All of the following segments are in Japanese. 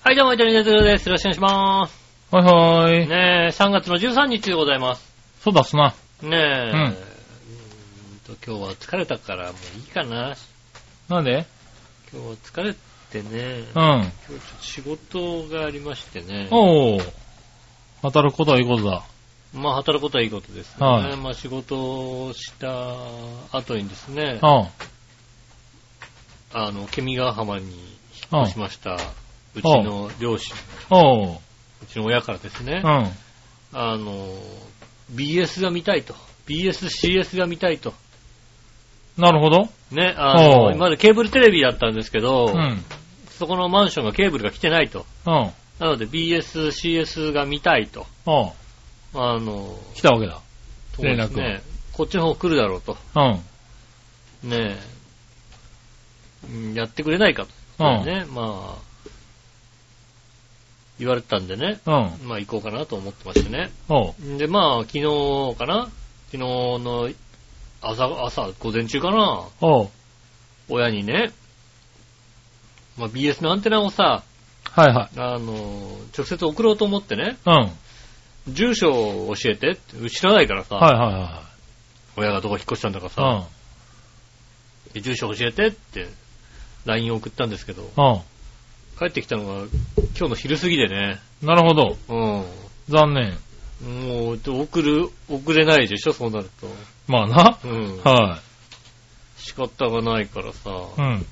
はい、どうも、イタリアンジェットです。よろしくお願いします。はいはーい。ねえ、3月の13日でございます。そうだっすな。ねえ、うんうーんと今日は疲れたから、もういいかな。なんで今日は疲れてね、うん。今日ちょっと仕事がありましてね、おー。働くことはいいことだ。まあ働くことはいいことですね。はいまあ仕事をした後にですね、うあの、ケミガ浜にん。う引っ越しん。ました、うちの両親、おー。うちの親からですね、うん。あの、BS が見たいと。BSCS が見たいと。なるほど。ね、あの、おう今までケーブルテレビだったんですけど、うん。そこのマンションがケーブルが来てないと。うん。なので BS、CS が見たいと。おー。あの、来たわけだ。そうです連絡ね。こっちの方来るだろうと。うん。ねえ、うんやってくれないかと。うん。ね、まあ、言われてたんでね、うん。まあ行こうかなと思ってましてね。おー。で、まあ昨日かな昨日の朝、朝、午前中かなおー。親にね、まあ、BS のアンテナをさ、はいはい。あの、直接送ろうと思ってね、うん。住所を教えてって、知らないからさ、はいはいは親がどこ引っ越したんだかいはいさ、。で住所教えてって、LINE を送ったんですけど、うん。う帰ってきたのが今日の昼過ぎでね、ん。なるほど。うん。残念。もう、送る、送れないでしょ、そうなるまあな。と。うん。は仕方がないからさ、い。うん。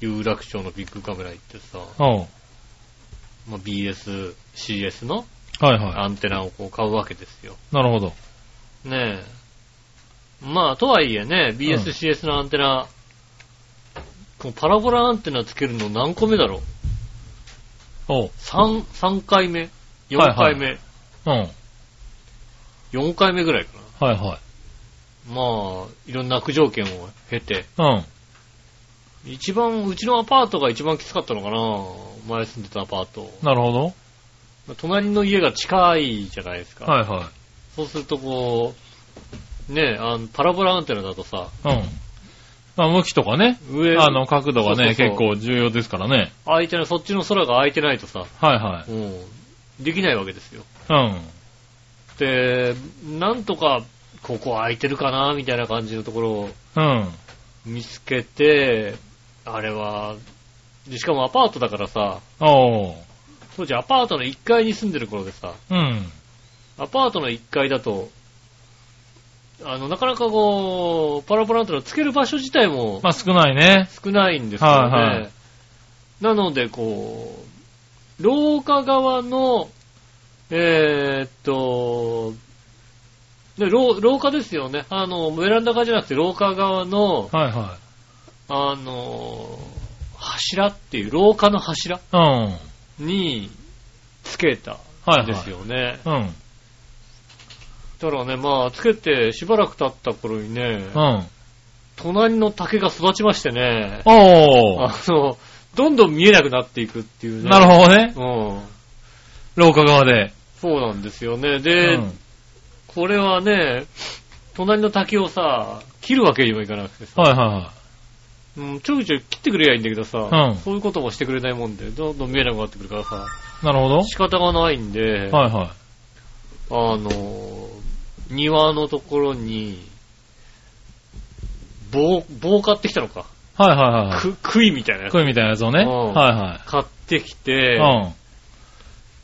有楽町のビッグカメラ行ってさ、おー。まあ、BS、CS のはいはアンテナをこう買うわけですよ。い。なるほど。ねえ。まあ、とはいえね、BSCS のアンテナ、このパラボラアンテナつけるの何個目だろうおー。 ?3、三回目 ?4 回目、うん。はい ?4 回目ぐらいかはい。な。まあ、いろんな苦条件を経て。うん。一番、うちのアパートが一番きつかったのかな前住んでたアパート。なるほど。隣の家が近いじゃないですか。はいはそうするとこう、ねえ、あのパラボラアンテナだとさ、い。うん。まあ、向きとかね。上、あの、角度がねそうそうそう結構重要ですからね。空いてない、そっちの空が空いてないとさ、はいはうん、できないわけですよ。い。で、なんとか、ここ空いてるかな、みたいな感じのところをうん。うん。見つけて、あれは、でしかもアパートだからさ、おー。当時アパートの1階に住んでる頃でさ、うん。アパートの1階だと、あの、なかなかこう、パラパラントのつける場所自体もまあ少ないね。少ないんですよね。はいはいなので、こう、廊下側の、えーっと、で廊廊下ですよね。あの、ベランダ側じゃなくて廊下側の、はいはあの、柱っていう、廊下の柱い。うん。につけたはいはんい。ですよね。うん。だからね、まあ、つけてしばらく経った頃にね、うん。隣の竹が育ちましてね、おー。あの、どんどん見えなくなっていくっていうね。なるほどね。ど。うん。廊下側で。そうなんですよね。うで、ん。これはね、隣の滝をさ、切るわけにもいかなくてさ、はいはうん、ちょいちょい切ってくれりゃいいんだけどさ、うんそういうこともしてくれないもんで、どんどん見えなくなってくるからさ、い。なるほど。仕方がないんで、はいはあの、庭のところに、棒、棒買ってきたのか。い。はいはいはい。く、杭みたいなやつクイみたいなやつをね。うんは買ってきいて、は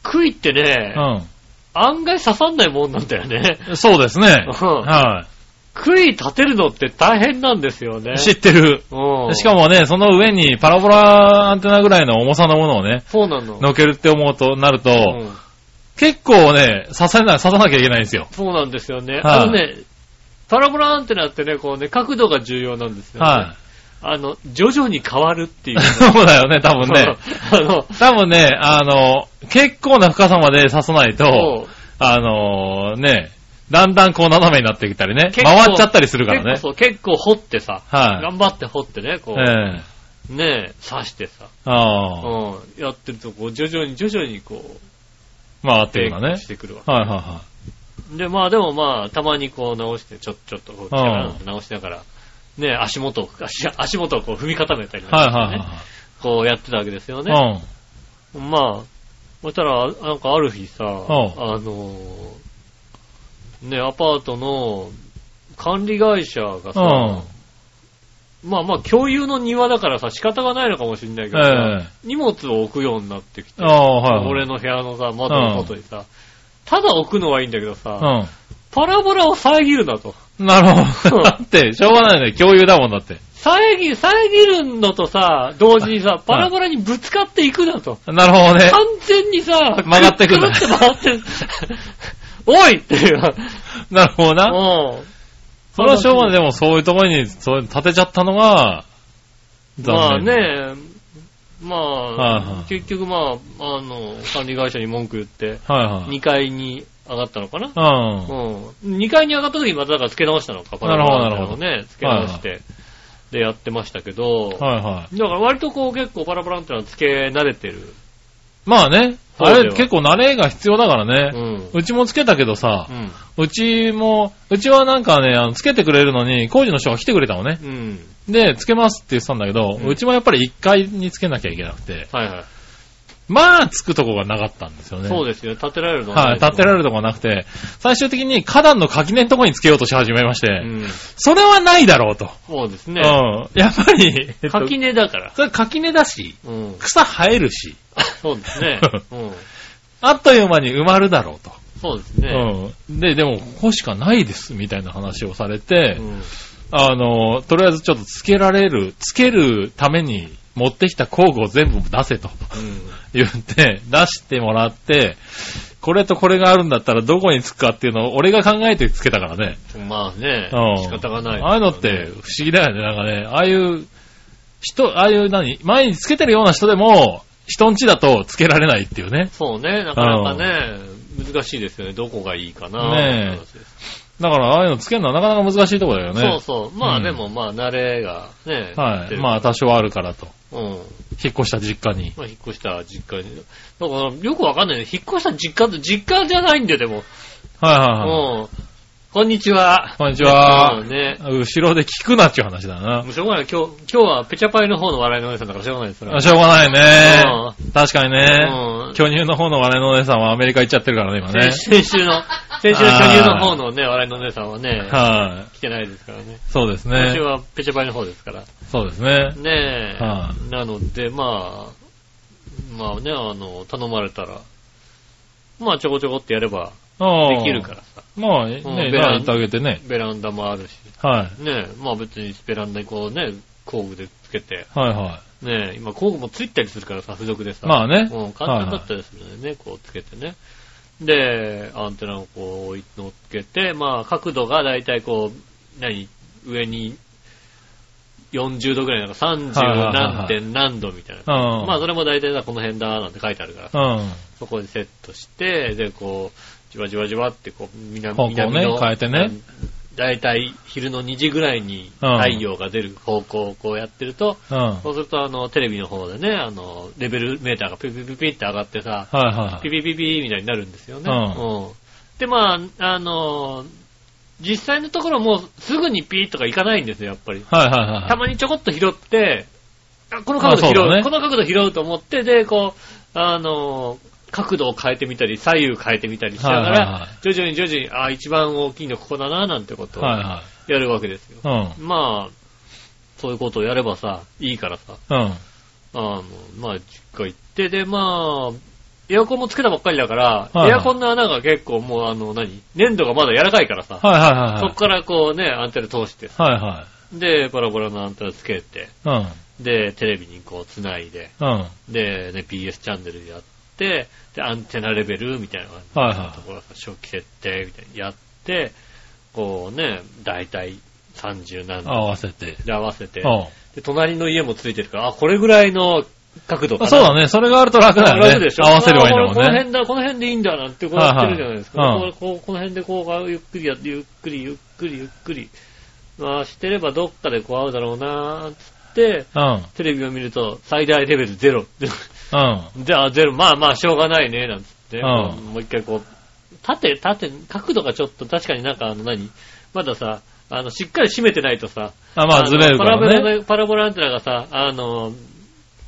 杭ってねい。、うん。案外刺さんないもんなんだよね。うん。そうですね。うん は杭立てるのって大変なんですよねい。。知ってる。うんしかもね、その上にパラボラアンテナぐらいの重さのものをね、そうなの。乗っけるって思うと、なると、うん結構ね、刺さな、刺さなきゃいけないんですよ。そうなんですよね。はいあのね、パラボラアンテナってね、こうね、角度が重要なんですよね。はあの、徐々に変わるっていい。う。 そうだよね、多分ね。 あの、多分ね、あの、結構な深さまで刺さないと、そうあのね、だんだんこう斜めになってきたりね、結構回っちゃったりするからね結構。そう、結構掘ってさ、はい。頑張って掘ってね、こう、ええね、刺してさ、あうあ、ん、やってると、こう、徐々に徐々にこう、回ってるからねし。てくるわけ。はいはいはで、まあでもまあ、たまにこう直して、ちょ、ちょっとこう、力う直しながら、ね、足元を、足足元をこう踏み固めたりい。なんはいかしてね、はいこうやってたわけですよね。はい。まあ、そしたら、なんかある日さ、んあの、ね、アパートの管理会社がうさ、ん。まあまあ共有の庭だからさ、仕方がないのかもしれないけどさ、ええ荷物を置くようになってきて、ああ、はいはい。俺の部屋のさ、窓の外にさ、ただ置くのはいいんだけどさ、うパラボラを遮るなと。ん。なるほど。だって、しょうがないね。共有だもんだって。遮、遮るのとさ、同時にさ、パラボラにぶつかっていくなと。なるほどね完。全にさ、曲がってくんだくるって回ってる。おいっていう。なるほどな。うん。それはしょうがない。でも、そういうところに、そういう、立てちゃったのが、まあ残念。ね、まはいはあ、い結局まあ、あの、管理会社に文句言って、はい2階に上がったのかな。はい。うん。うん。2階に上がった時にまただから付け直したのか、パラボラみたいなのをね、付け直して、でやってましたけど、はいはい。だから割とこう結構パラボランってのは付け慣れてる。まあね、そうあだよれ結構慣れが必要だからうね。ん。うちもつけたけどさう、ん。うちも、うちはなんかね、あのつけてくれるのに、工事の人が来てくれたのね。うん。で、つけますって言ってたんだけど、ううんちもやっぱり1階につけなきゃいけなくて、はいはい。まあ、つくとこがなかったんですよね。そうですよ。立てられるのはい、立てられる。るとこがなくて、最終的に花壇の垣根のとこにつけようとし始めまして、うん。それはないだろうと。そうですうね。ん。やっぱり、えっと垣根だから。それ垣根だし、うん。草生えるし、そうです ね。うん。あっという間に埋まるだろうと。そうですね。うん。で、でも、ここしかないです、みたいな話をされて、うん。あの、とりあえずちょっとつけられる、つけるために持ってきた工具を全部出せと 言って、出してもらって、これとこれがあるんだったらどこにつくかっていうのを俺が考えてつけたからね。うん。まあね、うん仕方がない。ああいうのって不思議だよね。なんかね、ああいう人、ああいう何前につけてるような人でも、人んちだとつけられないっていうね。そうね、なかなかね、難しいですよね。どこがいいかな。ねえって話ですだからああいうのつけるのはなかなか難しいところだよね。そうそう。まあうんでも、まあ、慣れがね。はい。まあ多少あるからと。あ。うん。引っ越した実家に。まあ、引っ越した実家に。だから、よくわかんないね。引っ越した実家って、実家じゃないんだよ、でも。はいはいはい。うん。こんにちは。こんにちはうん。ね。後ろで聞くなっていう話だなも。うしょうがない。今日、今日はペチャパイの方の笑いのお姉さんだからしょうがないですから。あしょうがないね。確かにね。うん。巨乳の方の我のお姉さんはアメリカ行っちゃってるからね、今ね先。先週の、先週の巨乳の方のね、笑いのお姉さんはね、は来てないですからね。い。そうです今週ね。はペチャパイの方ですから。そうですね。ねえ。はなので、まあ、まあね、あの、頼まれたら、まあちょこちょこってやればでできるからさ。まあ、ね、うんねベラン言ってあげてね。ベランダもあるし、はねえ、まあ別にベランダにこうね、工具でつけて、い。はいはねえ、今工具もついたりするからさ、付属でさ。い。まあね。うん、簡単だったでするのでね、こうつけてね。で、アンテナをこう置い乗っけて、まあ角度がだいたいこう、何、上に40度ぐらいなのか、30何点何度みたいな。うん。まあそれも大体さ、この辺だなんて書いてあるから、うん。そこにセットして、で、こう、じわじわじわって、こう、南方向ね南の変えてね。大体昼の2時ぐらいにうん太陽が出る方向をこうやってると、うん。はいそうするとあの、テレビの方でね、あの、レベルメーターがピュピュピュピュって上がってさ、はピい。ピピピみたいになるんですよね。ううんで、まあ、あの、実際のところもうすぐにピーとかいかないんですよ、やっぱり。はいはいはい。たまにちょこっと拾って、あこの角度拾あそううだねこの角度拾うと思って、で、こう、あの、角度を変えてみたり、左右変えてみたりしながはいはいはら、徐々に徐々に、あ、一番大きいのここだな、なんてことをはいやはるわけですよ。い。うん。まあ、そういうことをやればさ、いいからさ、うん。あの、まあ、実家行って、で、まあ、エアコンもつけたばっかりだから、はいはいエアコンの穴が結構もう、あの、何粘土がまだ柔らかいからさ、はいはいそはこからこうね、アンテナ通して、い。はいはで、ボラボラのアンテナつけて、い。うん。で、テレビにこう繋いで、うん。で、ね、BS チャンネルやって、で、アンテナレベルみたいな感じはいはいところさ、初期設定みたいにやって、こうね、大体30何合度わせて。で合わせてう、ん。で、隣の家もついてるから、あ、これぐらいの角度かあな。そうだね。それがあると楽だよね。楽でしょ合わせればいいんだもんあこのね。辺だ、この辺でいいんだなんてこうやってるじゃないですか。はいはいうんこうこうこの辺でこう、ゆっくりやって、ゆっくりゆっくりゆっくり。まあ、してればどっかでこう合うだろうなーっつって、うん。うん。テレビを見ると、最大レベルゼロ。 じゃあゼロ、まあまあしょうがないね、なんつって。うんもう一回こう、縦、縦、角度がちょっと確かになんかあの何まださ、あの、しっかり締めてないとさ、あ、まあ、のずれるからパラボね。ラパラボラアンテナがさ、あの、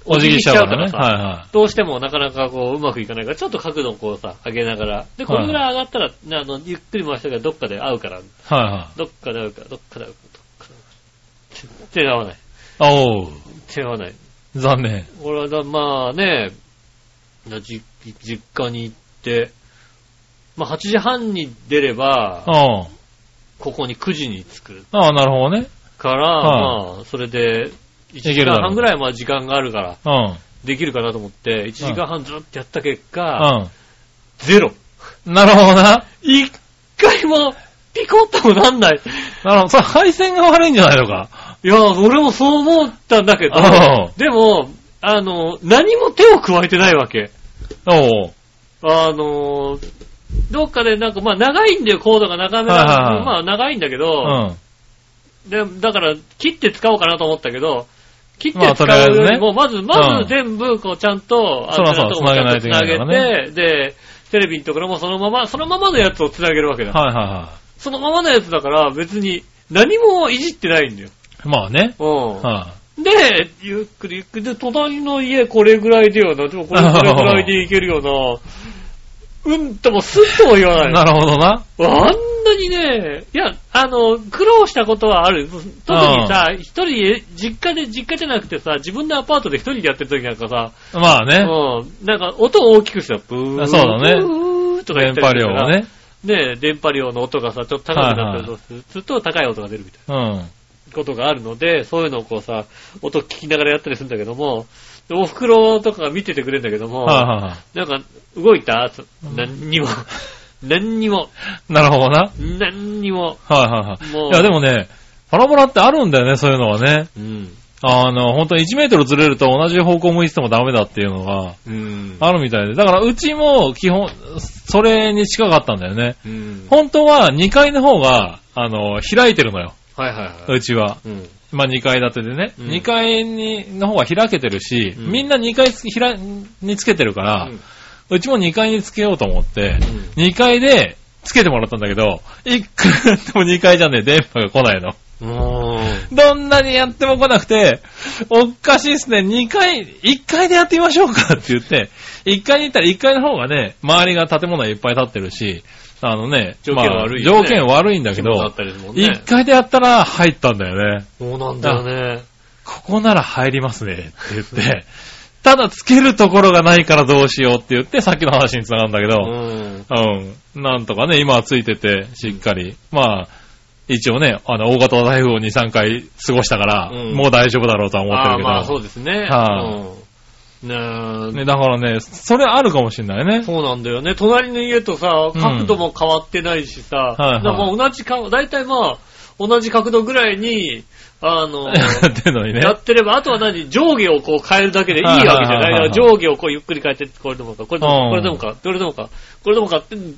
お辞儀しちゃうかおらね。辞儀しちゃうからはいはどうしてもなかなかこう、うまくいかないから、ちょっと角度をこうさ、上げながら。で、これぐらい上がったら、ねあの、ゆっくり回してからどっかで合うから、い。はいはい。どっかで合うから、どっかで合うから、どっかで合うから。手手が合わない。あおう。手が合わない。残念。俺はだ、まあね、じ実家に行って、まあ8時半に出れば、あここに9時に着くああ、なるほどね。から、はまあ、それで、1け時るだろう間半ぐらいまあ時間があるから、うん。できるかなと思って、1時間半ずっとやった結果、うゼロ。ん。なるほどな。一回もピコッともなんない。なるほど。それ配線が悪いんじゃないのか。いや、俺もそう思ったんだけどうん、でも、あの、何も手を加えてないわけ。おう。あのーどっかでなんか、まあ長いんだよ、コードが長めなはいはいはいまあ長いんだけうど、ん。で、だから切って使おうかなと思ったけど、切っまてあ使とりあえうずねよりも、まず、まうんず全部、こう、ちゃんと、そうそうのとこもちゃんと繋げ繋げないといけないからて、で、テレビのところもそのまま、そのままのやつを繋げるわけだ。はいはいはそのままのやつだから、別に何もいじってないんだよ。い。まあね。うん。はで、ゆっくりゆっくり。で、隣の家これぐらいでよな。でもこれこれぐらいでいける よな。うんともすっとも言わい。な。ないるほどな。あんなにね、いや、あの、苦労したことはある。特にさ、一人で、実家で、実家じゃなくてさ、自分のアパートで一人でやってる時なんかさ、まあね。うん、なんか音を大きくしたら、ブー、あそうだねブーとか言電った波り量とかを、ね。ね、電波量の音がさ、ちょっと高くなったりすると高い音が出るみたいな。うん。ことがあるので、そういうのをこうさ、音聞きながらやったりするんだけども、でお袋とかが見ててくれるんだけども、はいはいはなんか、動いたつ何にも、 何にも、い。なるほどな。何にも、はいはいはもうい。いやでもね、パラボラってあるんだよね、そういうのはね。うん。あの、本当に1メートルずれると同じ方向向いててもダメだっていうのがうん。あるみたいで。だからうちも基本、それに近かったんだよね。うん。本当は2階の方が、あの、開いてるのよ。はいはいはうい。ちは。うん。まあ2階建てでね。うん2階に、の方が開けてるし、うんみんな2階つひらにつけてるから、うんうちも2階につけようと思って、う2階でつけてもらったんだけど、いくらやっても2階じゃねえ、電波が来ないの。もどんなにやっても来なくて、おっかしいっすね、2階、1階でやってみましょうかって言って、1階に行ったら1階の方がね、周りが建物がいっぱい建ってるし、あのね、条件悪いよまあね条件悪いんだう、けそうだどっ、たりですもんね。 1階でやったら入ったんだよね。そうなんだよね。ここなら入りますねって言って、ただつけるところがないからどうしようって言って、さっきの話につながるんだけうど、ん。うん。なんとかね、今はついてて、しっかり。まあ、一応ね、あの、大型台風を2、3回過ごしたから、うんもう大丈夫だろうとは思ってああ、るけど。まあそうですね。はうん。ねえね、だからね、それあるかもしれないね。そうなんだよね。隣の家とさ、うん角度も変わってないしさ、はいはいだからもう同じか、大体まあ、同じ角度ぐらいに、あの、やってんのに ねや。ってれば、あとは何上下をこう変えるだけでいいわけじゃなはいい。はいはいはいだから上下をこうゆっくり変えて、これでもか、これでもうか、んこれでもか、これでもか、これでもかって、ん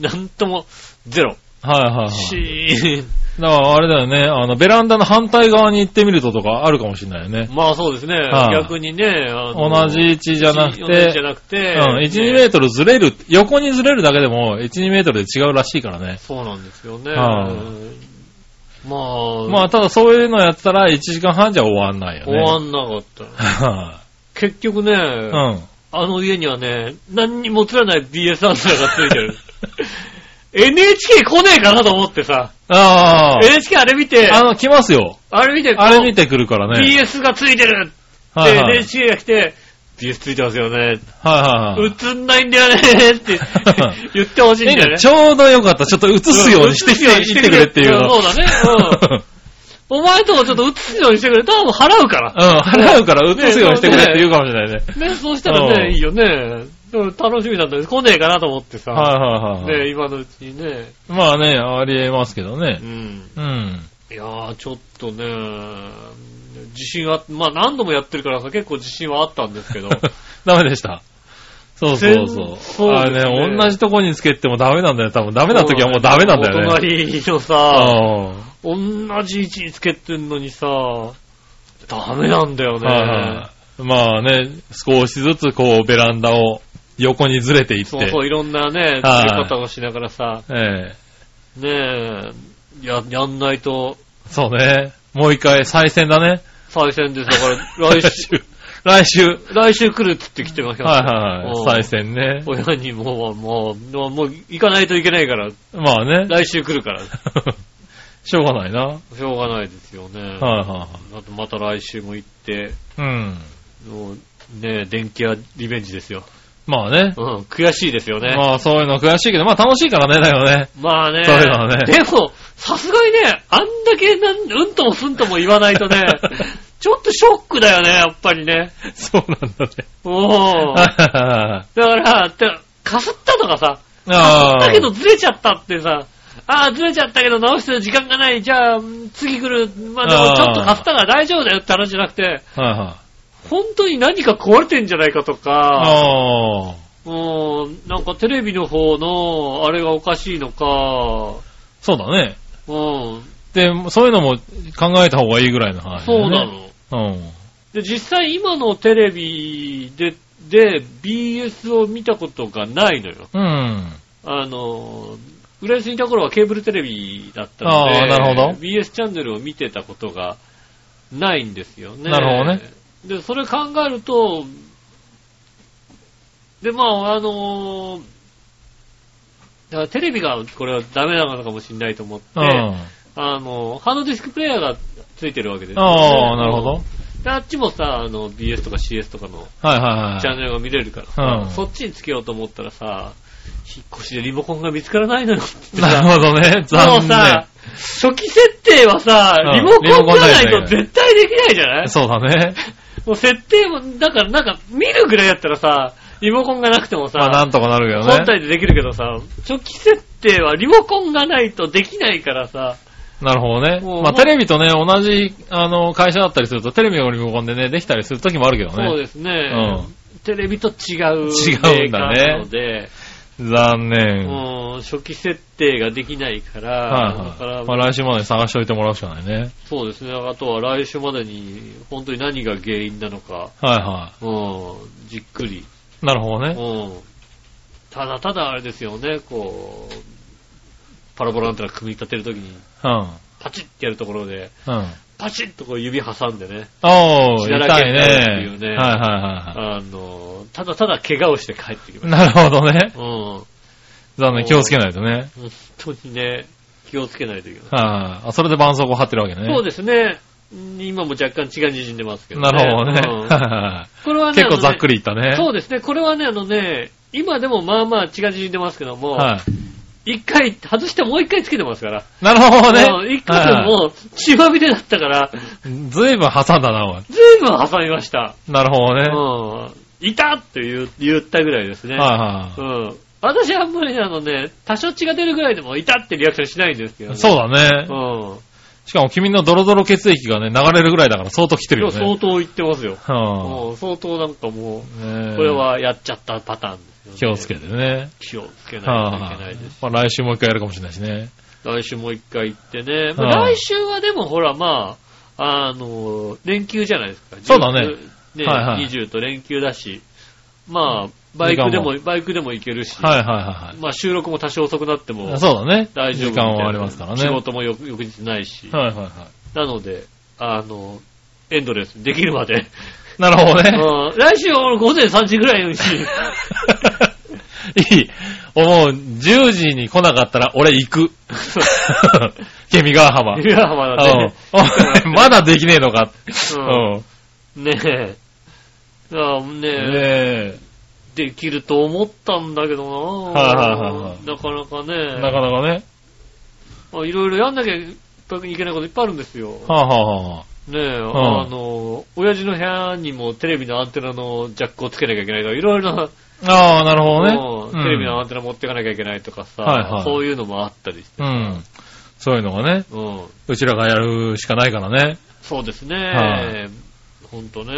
なんとも、ゼロ。はいはいはい。シーン。 だからあれだよね、あの、ベランダの反対側に行ってみるととかあるかもしれないよね。まあそうですね。はい逆にね、あの同じ位置じゃなく同じじてゃ、なくて、うん、1、2メートルずれる、横にずれるだけでも、1、2メートルで違うらしいからね。そうなんですよね。はいまあ、まあ、ただそういうのやったら、1時間半じゃ終わんないよね。終わんなかった。は結局ね、い うん。あの家にはね、何にも映らない BS アンテナがついてる。NHK 来ねえかなと思ってさ、ああ。 NHK あれ見て、ああの、来ますよ。れ見て、あれ見てくるからね。 BS がついてるっはいてはい NHK が来て、BS ついてますよね。はいはい映んないんだよねって 言ってほしいんだよはいいいね。ね。ちょうどよかった。ちょっと映すようにしてきうんて、映すように来てくれっていうその。うだね。 うん。お前ともちょっと映すようにしてくれ。どうも払うから。うん。払うから映すようにしてくれって言うかもしれないね。ね、そうしたらうんね、いいよね。でも楽しみだったんです。来ねえかなと思ってさ。はいはいはいはい。ね、今のうちにね。まあね、ありえますけどねう。ん。うん。いやー、ちょっとね、自信は、まあ何度もやってるからさ、結構自信はあったんですけど。 ダメでした。そうそう全そう。そうですあねれね、同じとこにつけてもダメなんだよ。多分ダメな時はもうダメなんだよね。隣のさ、う同じ位置につけてんのにさ、ダメなんだよんはいはね。いまあね、少しずつこうベランダを横にずれていって。そうそう、いろんなね、はついけ方をしながらさ、ええねえ、や、やんないと、そうね。もう一回再戦だね。 再戦です。だから、来週、来週。来週来るって言って来てました。はいはいうんはい。再選ね。親にもう、もう、もう行かないといけないから、まあね。来週来るから、 しょうがないな。はいしょうがないですよね。はあとまた来週も行って、いはい。うん。もうね、電気屋リベンジですよ。まあね。うん、悔しいですよね。まあそういうの悔しいけど、まあ楽しいからね、だよね。 まあね。そういうのはねでも、さすがにね、あんだけなん、うんともすんとも言わないと ね、ちょっとショックだよね、やっぱりね。そうなんだね。おー。はだいはいはいから、てかすったとかさ、ああ。だけどずれちゃったってさ、ああ、ずれちゃったけど直して時間がない、じゃあ、うん次来る、まあでもあーちょっとかすったから大丈夫だよって話じゃなくて、はいはい。本当に何か壊れてんじゃないかとか、ああ。うん、なんかテレビの方の、あれがおかしいのか、そうだね。うん、で、そういうのも考えた方がいいぐらいの話、ね。そうなの。うん。で、実際今のテレビで、で、BS を見たことがないのよ。うん。あの、浦安にいた頃はケーブルテレビだったので、あーなるほど BS チャンネルを見てたことがないんですよね。なるほどね。で、それ考えると、で、まあ、あの、だからテレビがこれはダメなのかもしれないと思って、うん。あの、ハードディスクプレイヤーがついてるわけですよねああ、なるほど。はいで、あっちもさ、あの、BS とか CS とかのはいはい。チャンネルが見れるからさ、うんそっちにつけようと思ったらさ、引っ越しでリモコンが見つからないのよってなるさ。ほど ね。もう 残さ念。、初期設定はさ、うんリモコンじゃないリモコンないととね絶対できないじゃないそうだ ね。もう設定も、だからなんか見るぐらいだったらさ、リモコンがなくてもまあなさ、んとかなるけ本どね。体でできるけどさ、初期設定はリモコンがないとできないからさ、なるほどねもう。まあテレビとね、同じ、あの、会社だったりすると、テレビのリモコンでね、できたりするときもあるけどそうね。ですね、テレビと違う違うんだねメーカーなので、残念。うん、初期設定ができないから、だはいかはら、い。まあ来週まで探しておいてもらうしかないね。そうですね、あとは来週までに本当に何が原因なのか、はいはうん、じっくり、い。なるほどうね。ん、ただただあれですよね、こう、パラボランテナ組み立てるときに、うん。パチッってやるところで、うん。パチッとこう指挟んでね、お血ー、だら痛けいになるっていうねね。はいはいはあの、ただただ怪我をして帰ってきい。ましなるほどね。た。うん、残念、気をつけないとね。本当にね、気をつけないといけない。はい。あ、それで絆創膏貼ってるわけね。そうですね。今も若干血が滲んでますけどね。なるほどね。うんはいはこれはいね、結構ざっくり、りいったね。そうですね。これはね、あのね、今でもまあまあ血が縮んでますけども、は一回外してもう一回つけてますから。い。なるほどねもう。一回でもう血まみれだったから、はいずいぶん挟んだな、おい。ずいぶん挟みました。なるほどね。うん。いたって言う言ったぐらいですね。はいうはん。私あんまりねあのね、多少血が出るぐらいでもいたってリアクションしないんですけど、い。ね。そうだね。うん。しかも君のドロドロ血液がね、流れるぐらいだから相当来てる今よ日相ね。当言ってますよ。はうん。相当なんかもあねう、えこれはやっちゃったパターンですよね。気をつけてね。気をつけないといはけないです。あ。まあ来週もう一回やるかもしれないしね。来週もう一回行ってね。うんまあ来週はでもほら、まあ、あの、連休じゃないですか。そうだね19。ね、はいはい20と連休だし、まあ、バイクでも、バイクでも行けるし、はいはいはいまあ収録も多少遅くなってはもい。そうだね。大丈夫時間はありますからね。仕事も翌翌日ないし、はいはいはなので、あの、エンドレス、できるまで。い。なるほどね。うん来週は俺午前3時ぐら いに、い い。思う。10時に来なかったら俺行く。君が浜。湯河浜だね。うん。 まだできねえのか。ううんん。ねえ。あねえ、ねえ。できると思ったんだけどなはいはいはいはいなかなかね。なかなかね。あいろいろやんなきゃいけないこといっぱいあるんですよ。はあ、はあはあ、ねえ、んあの、親父の部屋にもテレビのアンテナのジャックをつけなきゃいけないとか、いろいろな、ああ、なるもほどうね。テレビのアうんンテナ持ってかなきゃいけないとかさ、はいはいそういうのもあったりして。うん。そういうのがね、うん。うちらがやるしかないからね。そうですね。はほんとね。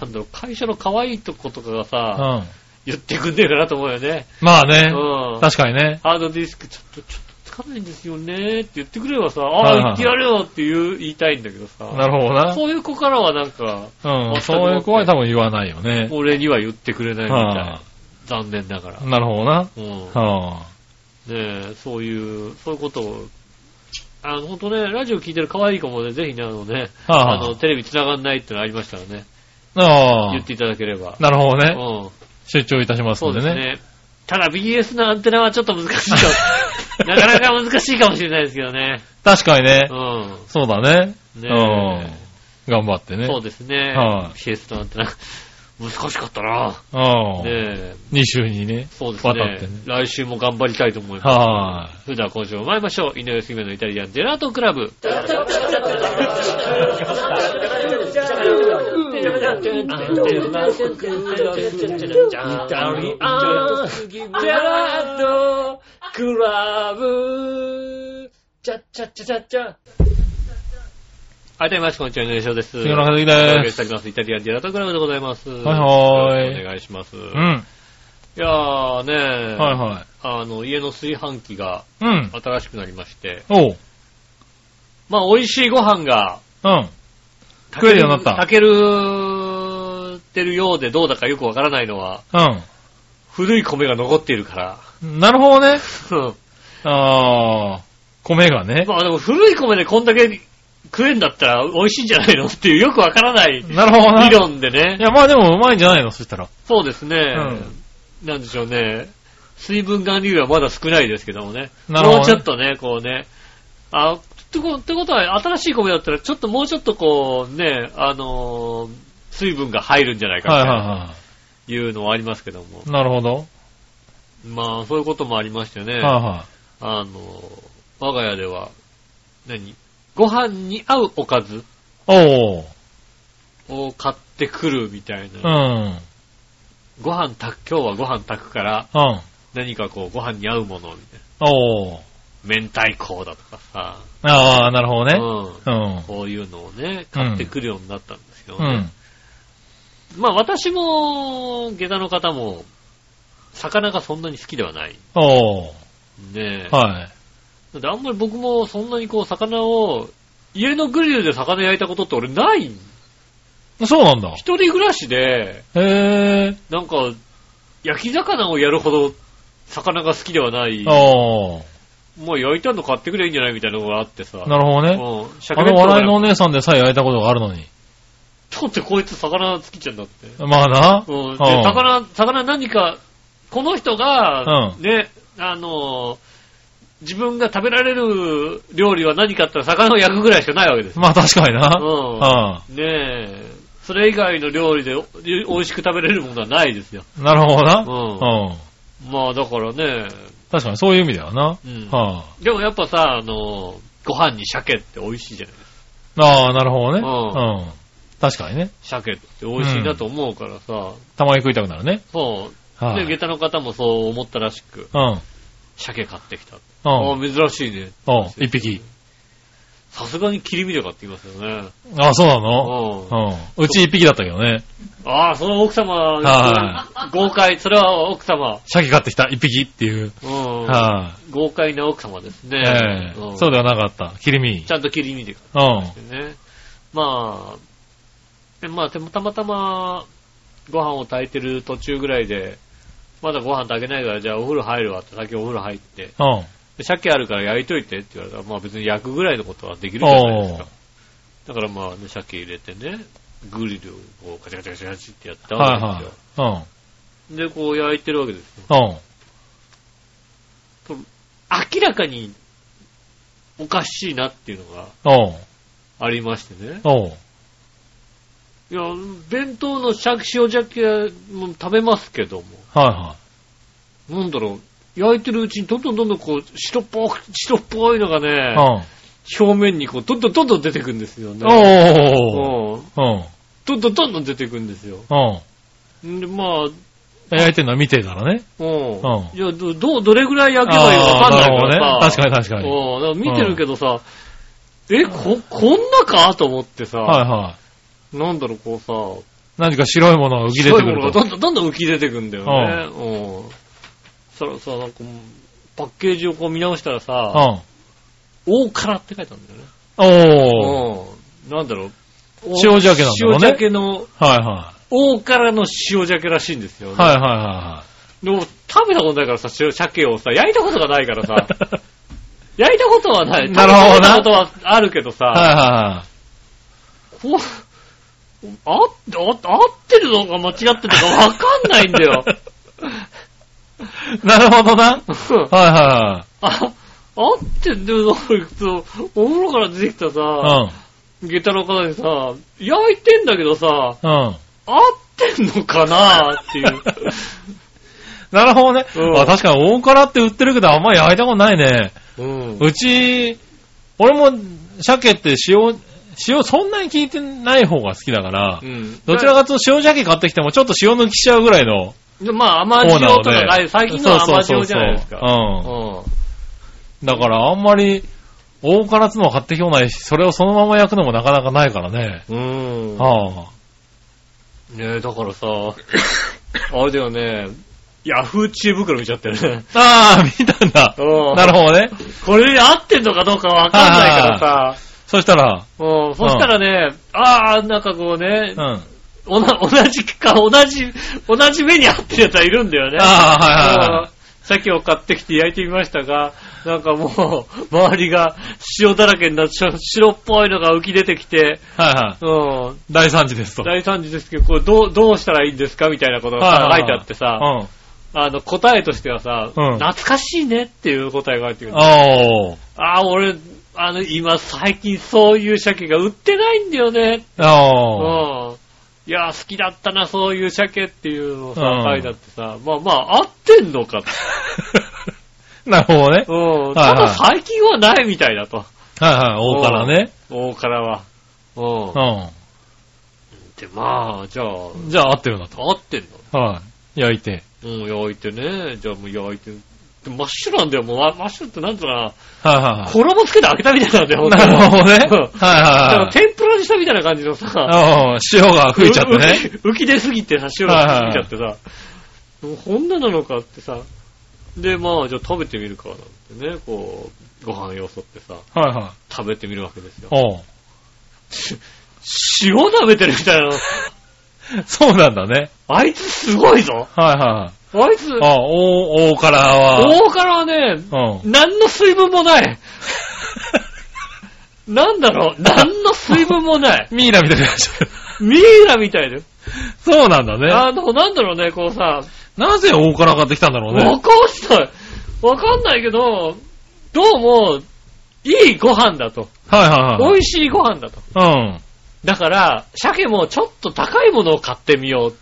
なんだろう、会社の可愛いとことかがうさ、ん。言ってくんねえかなと思うよね。まあね、うん。確かにね。ハードディスクちょっと、ちょっとつかないんですよねって言ってくればさ、はいはあいあ、言ってやれよって言う言いたいんだけどなさ、るほどな。そういう子からはなんか、うん。そういう子は多分言わないよね。俺には言ってくれないみはたい。残念ながらあ。なるほどな。うん。はねえ、そういう、そういうことを、あの、ほんとね、ラジオ聞いてる可愛い子もね、ぜひね、あのね、あ。はああはあの、テレビ繋がんないってのありましたらね、ああ言っ。ていただければ。なるほどうね。ん。出張いたしますそのうでですね。ね。ただ BS のアンテナはちょっと難 しいかもなかなか難しいかもしれないですけどね。確かにね。うん。そうだね。ねえうん。頑張ってね。そうですね。はい BS のアンテナ。 難しかったな。ねうん。え。 2週にね。そうですね渡ってね来週も頑張りたいと思います。はそれでは今週も参りましょう。井上杉村のイタリアンジェラートクラブ。クラブ。チャッチャッチャチャッチャ。はい、どうもみなさんこんにちは、井上翔です。い。杉村お和樹届けでしす。ております。イタリアンジェラートクラブでございます。はいはいよろしくお願いします。うん。はいいやーねー、はあの、家の炊飯器がい。うん。新しくなりまして、おう。まあ、美味しいご飯がうん。食えるようになった炊けるってるようでどうだかよくわからないのは、古い米が残っているから。 うん。なるほどね。うんああ。米がね。まあでも古い米でこんだけ食えんだったら美味しいんじゃないのっていうよくわからないなるほどな。理い論でね。や、まあでもうまいんじゃないのそしたら。そうですね。うんなんでしょうね。水分含有量はまだ少ないですけどもね。なるほどねもうちょっとね、こうね。あ、ってこってことは新しい米だったらちょっともうちょっとこうね、あのー水分が入るんじゃないかみはいたいなはいうのはありますけどもいはい。。なるほど。まあ、そういうこともありましてね。はいはあの、我が家では、何ご飯に合うおかずい。おう。を買ってくるみたいうん。うな。ん。ご飯炊く、今日はご飯炊くから、何かこう、ご飯に合うものみたいおう。な。明太子だとかさ、ああ、なるうほどね。ん。うん。こういうのをね、買ってくるようになったんですけどうねん。。まあ私も、下駄の方も、魚がそんなに好きではないおう。んで、はだい。ってあんまり僕もそんなにこう、魚を、家のグリルで魚焼いたことって俺ないんそうなんだ。一人暮らしで、へえ。なんか、焼き魚をやるほど、魚が好きではない、あもう焼いたの買ってくれいいんじゃないみたいなのがあってさ、あ。なるほどね。うん、シャあケ弁の当笑いのだ お姉さんでさえ焼いたことがあるのに。ってこいつ魚好きちゃんだって。まあな。うん、で、ああ魚、魚何か、この人が、うね、あの、自分が食べられる料理は何かって言ったら魚を焼くぐらいしかないわけですよ。まあ確かにな。うんあねえ、それ以外の料理でお美味しく食べれるものはないですよ。あなるほどな。ううん。ん。まあだからね、確かにそういう意味だよな。うん。はでもやっぱさ、あの、ご飯に鮭って美味しいじゃないですか。あ。ああ、なるほどね。うんうん。確かにね。鮭って美味しいなと思うからさ、たまに食いたくなるね。そう。はで、い。下駄の方もそう思ったらしく、うん。うん。鮭買ってきた。あうあ、ん。珍しいね。一匹。さすがに切り身で買ってきますよね。ああ、そうなのううん。うち一匹だったけどね。ん。ああ、その奥様、は豪快、それは奥様。鮭買ってきた、一匹っていう。うん。は豪快な奥様ですい。えね。えんそうではなかった。切り身ち。ゃんと切り身で買うん。ってね。まあ、でまあ、でもたまたま、ご飯を炊いてる途中ぐらいで、まだご飯炊けないから、じゃあお風呂入るわって、先お風呂入って、うん。で鮭あるから焼いといてって言われたら、まあ別に焼くぐらいのことはできるじゃないですかお。だからまあね、鮭入れてね、グリルをこうカチャカチャカチャカチャってやったはいわはけいで。すうん。よ。で、こう焼いてるわけですよ。うん。明らかにおかしいなっていうのがうん。ありましてね。うん。いや、弁当のシャキ塩鮭も食べますけども、はなんだろう、焼いてるうちにどんどんどんどんこう、白っぽく、白っぽいのがいね、はい。表面にこう、どんどんどんどん出てくんですようん。ね。おー。うんうん。どんどんどんどん出てくんですよ。うん。んで、まあ、焼いてるのは見てたらね。うんう。いや、ど、どう、どれぐらい焼けばいいかわかんないからさ。あーなるほどね。確かに確かに。うん。だから見てるけどさ、え、こ、こんなかと思ってさ、はいはい。なんだろう、こうさ、何か白いものが浮き出てく白いものがると。どんどんどんどん浮き出てくんだよね。うん。そしたらさ、なんかもう、パッケージをこう見直したらうさ、ん。大辛って書いてあるんだよね。おー。うん。なんだろう。お塩鮭なんだろうね塩鮭の、はいは大辛の塩鮭らしいんですよね。い。はいはいはでも食べたことないからさ、塩鮭をさ、焼いたことがないからさ、いはい。焼いたことはない。なるほどな食べたことはあるけどさ、はいこはう、あ、あ、合ってるのか間違ってるのかわかんないんだ よ。なるほどな。はいうんはあ、合ってんだよ、なんかそう、お風呂から出てきたいさ、はい。下駄の方にさ、焼いてんだけどさ、うん。うん。合ってんのかなって いう。なるほどね。うんあ確かに大辛って売ってるけどあんまり焼いたことないね。うん。うち、俺も鮭って塩、塩そんなに効いてない方が好きだから、うん。どちらかというと塩鮭買ってきてもちょっと塩抜きしちゃうぐらいのでまあ、方甘な塩のとで。かない、最近のは甘塩じゃないですそうか。そうそうう。そううんん。だからあんまり大辛つの買ってきもないし、それをそのまま焼くのもなかなかないからね。うん。はあ、ねえ、だから さ、あれだよね、ヤフー知恵袋見ちゃったよ ね。ああ、見たんだ。うん。なるほどね。これで合ってんのかどうかわかんない からさ、そしたら、うん。そしたらね、ああ、なんかこうねうん。、あおな同じか、同じ、同じ目に合ってるやつはいるんだよね。あ、はいはいうん鮭を買ってきて焼いてみましたが、なんかもう、周りが塩だらけになって、しょ白っぽいのが浮き出てきて、はい。はいはうん、い。大惨事ですと。大惨事ですけど、これどう、どうしたらいいんですかみたいなことがは書いはいいてあってさ、うん。あの、答えとしてはさ、うん懐かしいねっていう答えが入ってくる。あおー。あー、俺、あの、今最近そういう鮭が売ってないんだよね。うおん。ー。いやー、好きだったな、そういう鮭っていうのをさ、うん書いてあってさ、まあまあ、合ってんのか と。なるほどね。うん。はいはたいだ最近はないみたいだと。はいはい。大辛ね。大からは。うん。うで、まあ、じゃあ、ん。じゃあ合ってるなと。合ってんのはい。焼いて。うん、焼いてね。じゃあもう焼いて。で真っ白なんだよ、もう。わ真っ白ってなんつうのかはいな。は衣つけて開けたみたいなんだよ、い。なるほうどね。んはいはいだから天ぷらにしたみたいな感じのさ、はい。うん塩が吹いちゃってね。う。浮き浮き出すぎてさ、塩が吹いちゃってさ、もうこんななのかってさ、で、まあ、じゃあ食べてみるか、なんてね、こう、ご飯よそってさ、はいはい。食べてみるわけですよ。 おう塩食べてるみたいなの。そうなんだね。あいつすごいぞはいはい。あいつ、あ、お大辛は。大からはね、うん。何の水分もない。なんだろう、何の水分もない。ミイラみたいになっちゃう。 ミイラみたいで。そうなんだね。あの、なんだろうね、こうさ、なぜ大辛買ってきたんだろうわね。かんない。わかんないけど、どうも、いいご飯だと。はいはいはい。美味しいご飯だと。うん。だから、鮭もちょっと高いものを買ってみよう。い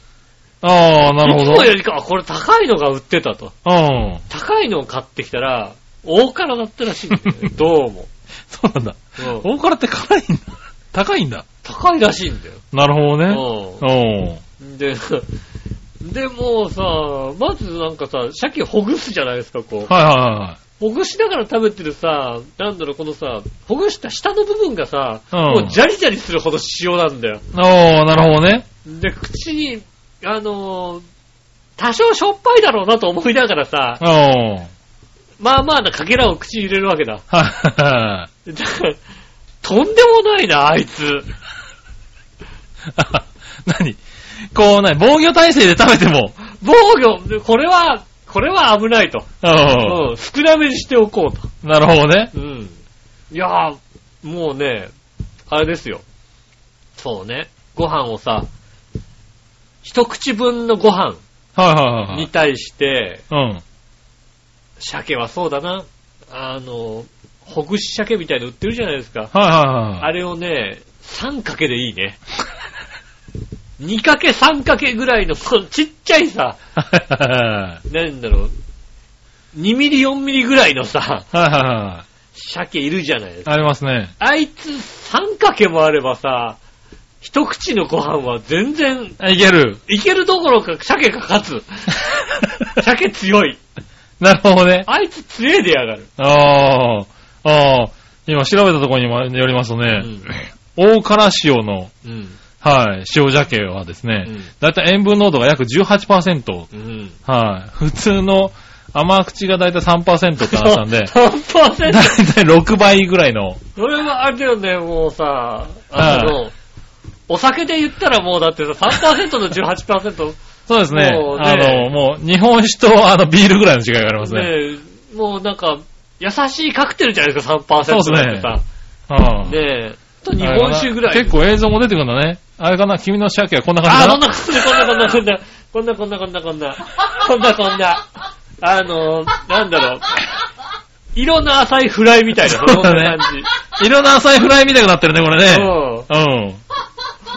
ああ、なるほつど。もよりか、あこれ高いのが売ってたと。うん。高いのを買ってきたら、大辛だったらしいんだよ ね。どうも。そうなんだ。うん大辛って辛いんだ。高いんだ。高いらしいんだよ。なるほどね。うんおで、でもうさ、まずなんかさ、鮭ほぐすじゃないですか、こう。はいはほぐしながら食べてるさ、なんだろう、このさ、ほぐした下の部分がさ、うんもうジャリジャリするほど塩なんだよ。いはい。おー、なるほどね。で、口に、あのー多少しょっぱいだろうなと思いながらさ、おー。まあまあなかけらを口に入れるわけだ。はい はだから、とんでもないな、あいつ。いはい。何こう、な防御体制で食べても。防御、でこれは、これは危ないと。おうん、少なめにしておこうと。ー。なるほどね。うん。いやー、もうね、あれですよ。そうね。ご飯をさ、一口分のご飯はいはいはいはにい。対して、うん。鮭はそうだな。あの、ほぐし鮭みたいの売ってるじゃないですか。はいはいはあれをね、3かけでいいね。2かけ3かけぐらいの、このちっちゃいさ、い。はいはいなんだろう、2ミリ4ミリぐらいのさ、はいはい。鮭いるじゃないですかありますね。あいつ三かけもあればさ、一口のご飯は全然、あいける。いけるどころか鮭が勝 つ。鮭強い。なるほどね。あいつ強えでやがる。あー。あー。今調べたところにもよりますとうね、ん。大辛塩のうん。はい。塩鮭はですね、うんだいたい塩分濃度が約18%。うん。はい。普通の甘口がだいたい3%ってなったんで、だい 3%? たい6倍ぐらいの。それはあれだよね、もうさ、あの、お酒で言ったらもうだってさ、3%と18%、そうですね。もうねあの、もう日本酒とあのビールぐらいの違いがありますね。ねえ、もうなんか、優しいカクテルじゃないですか、3%そうですねってさ。うんねえ、と日本酒ぐらい。結構映像も出てくるんだね。あれかな君の鮭はこんな感じあだー、こんなこんなこんなこんなこんなこんなこんなこんなこんなこんなあのー、なんだろう。色の浅いフライみたいな、そそうんだなね感じ。色の浅いフライみたいになってるね、これね。うん。うん。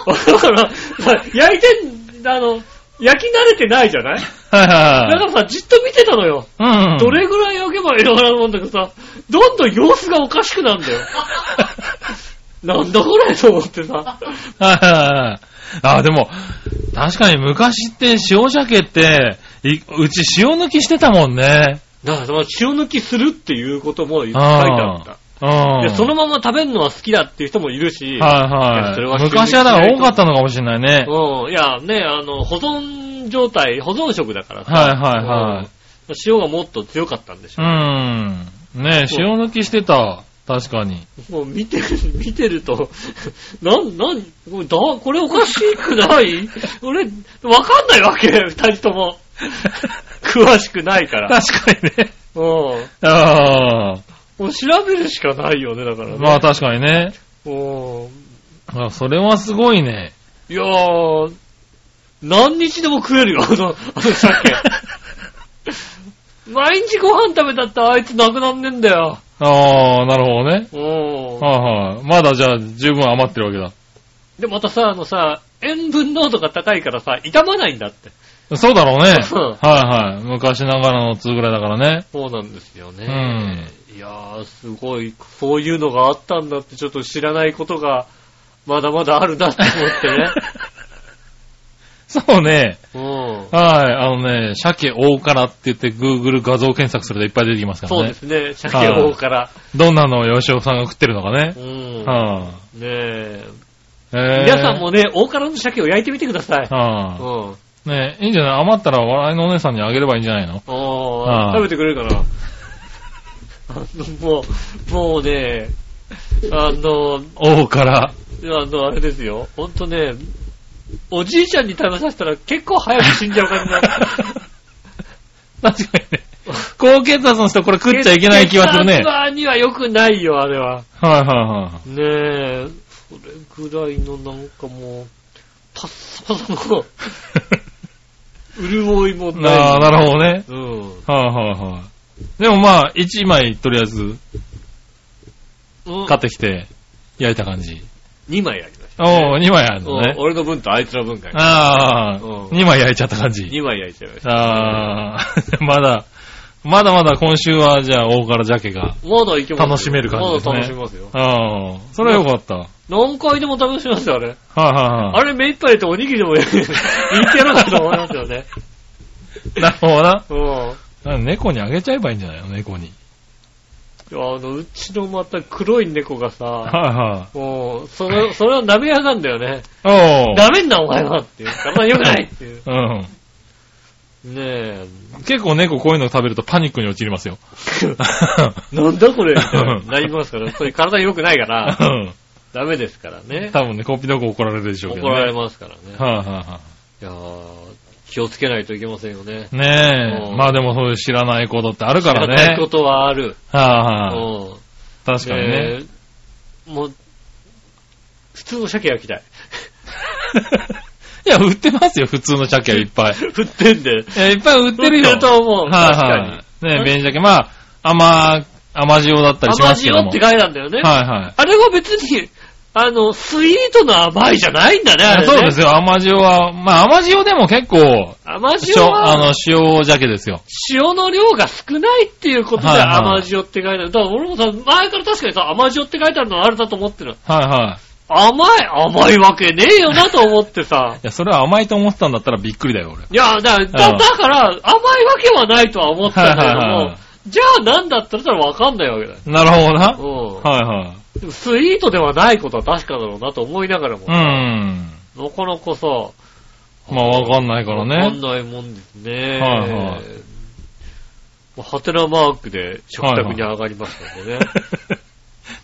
だから、 焼いてん、あの、焼き慣れてないじゃないはいだかはらさ、じっと見てたのよ。いはい。うん。どれぐらい焼けばいいのかなと思うんだけどさ、どんどん様子がおかしくなるん だよ。なんだこれと思ってさ。はいはいはい。あ、でも、確かに昔って塩鮭って、いうち塩抜きしてたもんね。だからその塩抜きするっていうことも書いてあっあた。うん。で、そのまま食べるのは好きだっていう人もいるし、いやはそいれは。はい塩抜きしないと昔はだから多かったのかもしれない ね。うん、いや、ね、あの、保存状態、保存食だからさ、はいはいはいうん塩がもっと強かったんでしうょ。ん。ねえ、そう塩抜きしてた。確かに。もう見てる、 見てると、 なん、なん、これだこれおかしくない俺、わかんないわけ、二人と も。詳しくないから。確かにね。うん。もあう調べるしかないよね、だからあ。ね。まあ確かにね。うん。あそれはすごいね。いやー、何日でも食えるよ、あの、あの 鮭。毎日ご飯食べたってあいつなくなんねんだよ。ああ、なるほどね。うん。はいはい。まだじゃあ十分余ってるわけだ。で、またさ、あのさ、塩分濃度が高いからさ、傷まないんだって。そうだろうね。うんはいはい。昔ながらの通ぐらいだからね。そうなんですよね。いやー、すごい、そういうのがあったんだって、ちょっと知らないことが、まだまだあるなってそうね。 思ってね。はい。あのね、鮭大からって言って Google 画像検索するといっぱい出てきますうん。かそうらでね。すね、鮭王から。どんなのを吉尾さんが食ってるのかねう。ん。はねえ。い。えー皆さんもね、大辛の鮭を焼いてみてください。うはん。い。ねいいんじゃない余ったら笑いのお姉さんにあげればいいんじゃないのおあー、あ食べてくれるか なあのもう、もうね、あの、大から。 あの、あれですよ。ほんとね、おじいちゃんに食べさせたら結構早く死んじゃう感じだ。確かにね。高血圧の人これ 食っちゃいけない気がするね。血圧はには良くないよ、あれは。はいはねえ、それぐらいのなんかもう、パッサパサの潤いもいはい。ああ、ない。なるほどね。うん。はいはいはい。でもまあ、1枚とりあえずうん買ってきて焼いた感じ。 2枚ありました。おお、2枚あるうのんね。俺の分とあいつの分がああ、うん2枚焼いちゃった感じ。 2枚焼いちゃいました。ああ、 まだ、まだまだ今週はじゃあ大から鮭が。まだいけますよ楽しめる感じですねまだ楽しめますよ。ああ、それはよかった。はい何回でも楽しめますよ、あれ。はいはあれ目いっぱい入れておにぎりでもい ってやろうかと思いますよね。い。なるほどな。うん。猫にあげちゃえばいいんじゃないの猫に。いやあの、うちのまた黒い猫が さ、はもう、そ れ、それは舐めやがんだよね。いはい。おお。ダメんだお前はっていう。あんま良くないっていう。うん。 ね結構猫こういうの食べるとパニックに陥りますよ。え、なんだこれみたいになります から、それ体に良くないから、うんダメですからね。多分ね、コピドコ怒られるでしょうけど怒られね。ますからね。いはいはいはやー気をつけないといけませんよね。い。ねうえ。んまあでもそういう知らないことってあるから知らないねこ。とはある。はいはい。うん。確かにね。ねえもう、普通の鮭焼きたい。 いや、売ってますよ、普通の鮭はいっ ぱい。振ってんで。いや、いっぱい売ってるよ。売ってると思うはい確かにはい。ね、紅鮭、まあ、甘、甘塩だったりし甘ますけ塩ども。って書いたんだよね。はいはい。あれは別に、あの、スイートの甘いじゃないんだね、あれねそうですよ、甘塩は。まあ、甘塩でも結構、甘し塩ょは、あの、塩鮭ですよ。塩の量が少ないっていうことではいはい甘塩って書いてある。だから俺もさ、前から確かにさ、甘塩って書いてあるのはあれだと思ってる。はいはい。甘い甘いわけねえよなと思ってさ い。や、それは甘いと思ってたんだったらびっくりだよ、俺。いや、だだうんだから、甘いわけはないとは思ったんだけはいはいどはも、じゃあなんだったらわかんないわけだよ。なるほどうな。はいはい。ん。でもスイートではないことは確かだろうなと思いながらも、うーん。なかなかさ、まあ、わかんないからわかんね。ないもんですね。。はいはいハテナマークで食卓に上がりましたのでね。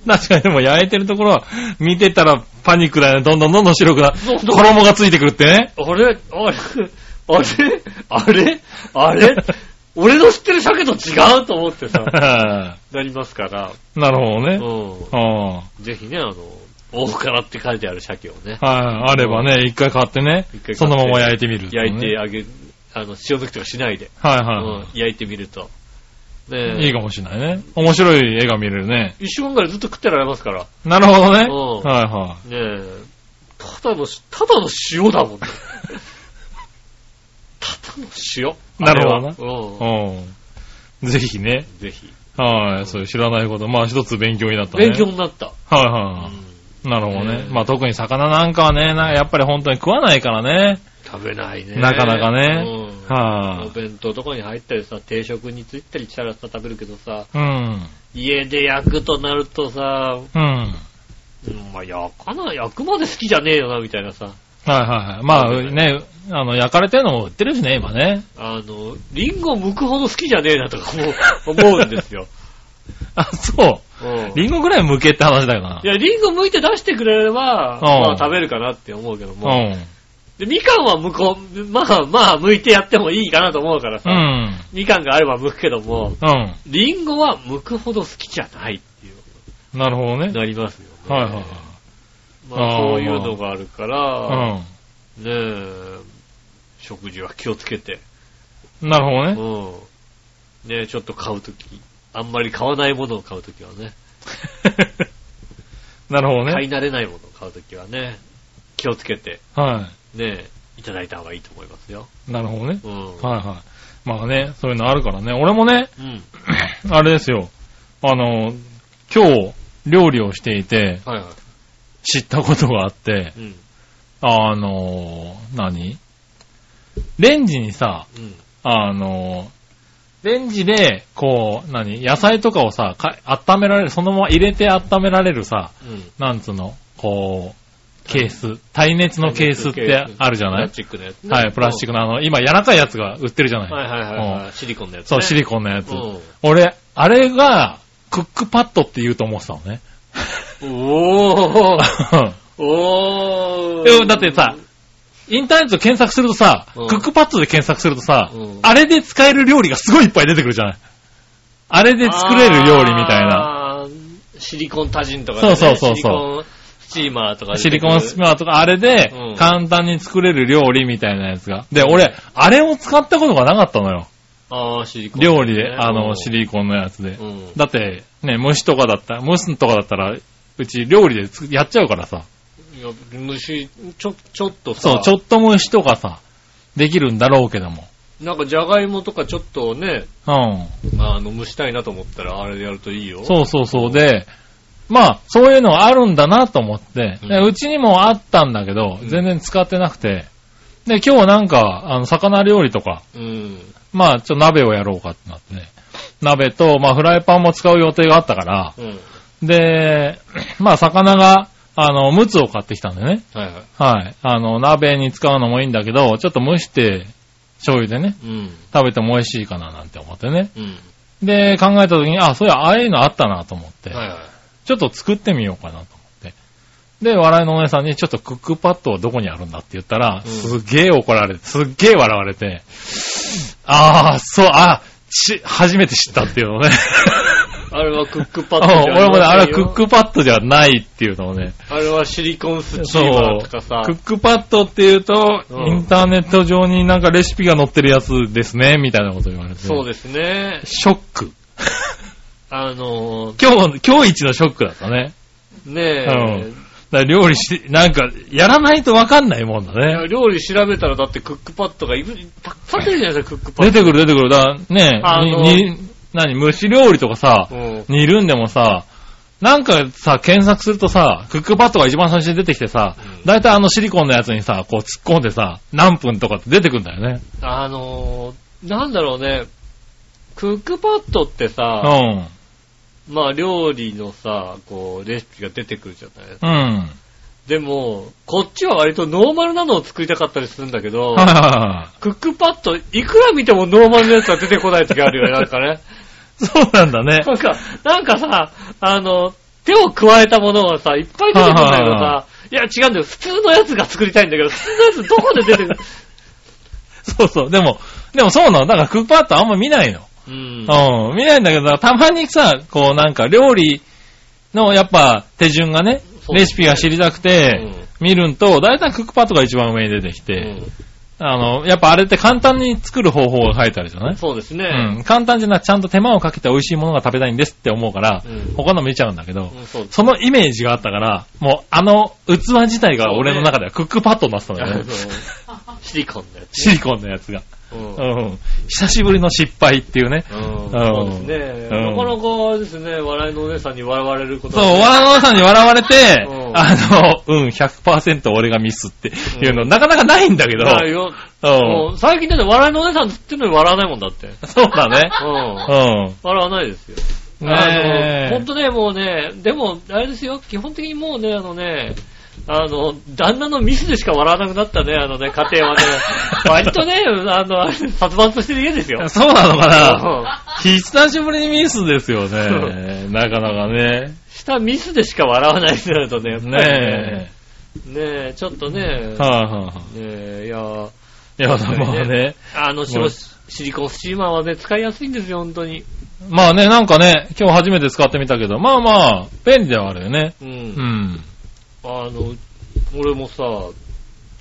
確かにでも焼いてるところは見てたらパニックだよね。どんどんどんどん白くな、そうそう衣がついてくるってね。あれあれあれあれあれ俺の知ってる鮭と違うと思ってさ、 ななりますから、るほどうね。ん。ああぜひね、あの、大からって書いてある鮭をね、はい。あればね、一回買ってね一回買って、そのまま焼いてみる、焼いて。あげ、あの、塩抜きとかしないで、はいうはん焼いてみると。い。ねいいかもしれないね。面白い絵が見れるね。一週間ぐらいずっと食ってられますから。なるほどね。うんはいはねえ、ただの、ただの塩だも んね。ただの塩。なるほどなどうん。い。うん。ぜひね。ぜひ。はい。そういう知らないこと。まあ一つ勉強になったね。勉強になった。はいうはんい。なるほどねね。まあ特に魚なんかはね、なやっぱり本当に食わないからね。食べないね。なかなかねうんおは弁当とかに入ったりさ、定食についたりしたらさ、食べるけどさ、い。うん。家で焼くとなるとさ、うん。はいうんまあ、焼かな、焼くまで好きじゃねえよな、みたいなさ。はいはい。まあね、あの、焼かれてるのも売ってるしね、今ね。あの、リンゴ剥くほど好きじゃねえなとか 思う思うんですよ。あ、そう。うん。リンゴぐらい剥けって話だよないや、リンゴ剥いて出してくれれば、んまあ食べるかなって思うけどうも。ん。で、みかんは剥こう、まあまあ剥いてやってもいいかなと思うからうさ。ん。みかんがあれば剥くけども、うん。リンゴは剥くほど好きじゃないっていうなるほどね。なりますよね。はいはいはい。まああーそういうのがあるから、うん。ねえ、食事は気をつけて。なるほどうん。ね。ねえ、ちょっと買うとき、あんまり買わないものを買うときはね、 なるほど買いね。慣れないものを買うときはね、気をつけて、はねえ、いただいた方がいいと思いますよ。い。なるほどね。うん。はいはい。まあね、そういうのあるからね。俺もね、 うん。あれですよ。あの、今日、料理をしていて、はいは知ったことがあって、い。うん。あの、何レンジにさ、うん。あの、レンジで、こう、何野菜とかをさ、か温められる、そのまま入れて温められるさ、うん。なんつうの、こう、ケース、耐熱のケースってあるじゃなプラいスチックのやつね。はい、プラスチックのあの、今柔らかいやつが売ってるじゃなういん。はいはいはいはうい。シリコンのやつね。そう、シリコンのやつ。うん俺、あれが、クックパッドって言うと思ってたのね。おー。おー。でもだってさ、 インターネットで検索するとさ、うんクックパッドで検索するとさ、うんあれで使える料理がすごいいっぱい出てくるじゃない。あれで作れる料理みたいな。な。シリコン多人とかね。そうそうそうそシうリコンスチーマーとか。シリコンスピナーとかあれでうん簡単に作れる料理みたいなやつが。で、俺、あれを使ったことがなかったのよ。あーシリコンね。料理で、あうの、んシリコンのやつでう。ん。だって、ね、虫とかだったら、虫とかだったら、うち料理でつやっちゃうからさ。いや虫、ちょ、ちょっとさ。そう、ちょっと虫とかさ、できるんだろうけども。なんかじゃがいもとかちょっとね、うあの、蒸したいなと思ったら、あれでやるといいよ。ん。そうそうそう。で、まあ、そういうのがあるんだなと思って、でうんうちにもあったんだけどう、ん全然使ってなくて、で、今日なんか、あの、魚料理とか、う。うん。まあ、ちょっと鍋をやろうかってなってね。鍋と、まあ、フライパンも使う予定があったから、うん。で、まあ、魚が、あの、ムツを買ってきたんだよね。はいはい。はい。あの、鍋に使うのもいいんだけど、ちょっと蒸して、醤油でね、うん。食べても美味しいかななんて思ってね。うん。で、考えた時に、あ、そういや、ああいうのあったなと思って、はいはい。ちょっと作ってみようかなと思って。で、笑いのお姉さんに、ちょっとクックパッドはどこにあるんだって言ったら、うんすっげえ怒られて、すっげえ笑われて、ああ、そう、あち、初めて知ったっていうのをね。 あれはクックパッドじゃ俺もね、あれはりませんクよックパッドじゃないっていうのをね。あれはシリコンスチそうーマーとかさ。。クックパッドっていうと、うんインターネット上になんかレシピが載ってるやつですね、みたいなこと言われて。そうですね。ショック。あの 今日、今日一のショックだったね。ー、ねうんだから料理して、なんか、やらないとわかんないもんだえ、ね。料理調べたらだってクックパッドがいぶたくさん出てるじゃないですか、クックパッ出ド。てくる出てくる。だからね、あのに、に何、蒸し料理とかさ、うん。煮るんでもさ、なんかさ、検索するとさ、クックパッドが一番最初に出てきてさう、んだいたいあのシリコンのやつにさ、こう突っ込んでさ、何分とかって出てくるんだよね。あのー、なんだろうね。クックパッドってうさ、ん。まあ料理のさ、こう、レシピが出てくるじゃないうん。でも、こっちは割とノーマルなのを作りたかったりするんだけど、はいはいはいはいクックパッド、いくら見てもノーマルのやつは出てこない時あるよね、なんかね。 そうなん だね。なんか、なんかさ、あの、手を加えたものがさ、いっぱい出てくるんだけどはいはいさ、いや違うんだよ、普通のやつが作りたいんだけど、普通のやつどこで出てくるそうそう。でも、でもそうなの。だからクックパッドあんま見ないの。うん。うん、見ないんだけど、たまにさ、こうなんか料理のやっぱ手順がね、そうレシピが知りたくて、見るんと、だいたいクックパッドが一番上に出てきうて、んあの、やっぱあれって簡単に作る方法が書いてあるじゃないそうですうね。ん、簡単じゃなくちゃんと手間をかけて美味しいものが食べたいんですって思うから、うん他の見ちゃうんだけど、うんそうですそのイメージがあったから、もうあの器自体が俺の中ではクックパッドになってたの よね。あのシリコンのやつシね。リコンのやつが。うんうん。久しぶりの失敗っていうね。うんそうですね。うんなかなかですね、笑いのお姉さんに笑われることそう、はね笑わさんに笑われてう、んあの、うん、100%俺がミスっていうの、うんなかなかないんだけど、ないよ。うもう最近だって笑いのお姉さんって言ってるのに笑わないもんだって。うんん。そうだね。 うん。笑わないですよ。あの、ほねんとね、もうね、でも、あれですよ、基本的にもうね、あのね、あの、旦那のミスでしか笑わなくなったね、あのね、家 庭はね。割とね、あの、殺伐としてる家ですよえ。。そうなのかなうん久しぶりにミスですよね。なかなかね。したミスでしか笑わないってなるとね、やっぱり ねね。ねえ、ちょっとねえ。、はいはいはねえ、いや、い。いや、まあね。あの、シもロうシリコンスチーマーはね、使いやすいんですよ、本当に。まあね、なんかね、今日初めて使ってみたけど、まあまあ、便利ではあるよね。う。うんん。あの、俺もさ、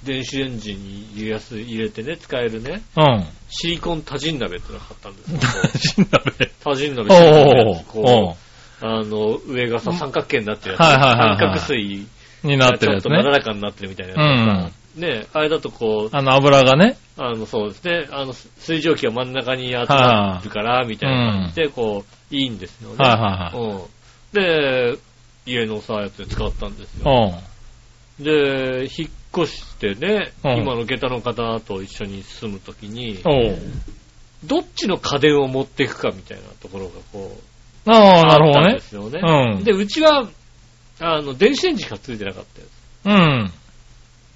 電子レンジに入れやすい入れてね、使えるね。 うん。シリコン多人鍋ってのが買ったんですよ。 死んだべ。多人鍋おってーおこう、あの、上がさ、三角形になってるやつ。はいはいはいはい三角錐ーにながっちてるょやっつとねな。だらかになってるみたいなうやん。つ。ねあれだとこう、あの、油がね。あの、そうですね、あの、水蒸気が真ん中に集まるから、みたいな感じで、こう、いいんですよね。はいはうん。で、家のさ、やつで使ったんですいよ。はい。うん。で、引っ越してね、うん今の下駄の方と一緒に住むときに、おう。どっちの家電を持っていくかみたいなところがこう、ああ、なあっるほどたんねで。すよね。うんで、うちは、あの、電子レンジしかついてなかったよ。うん。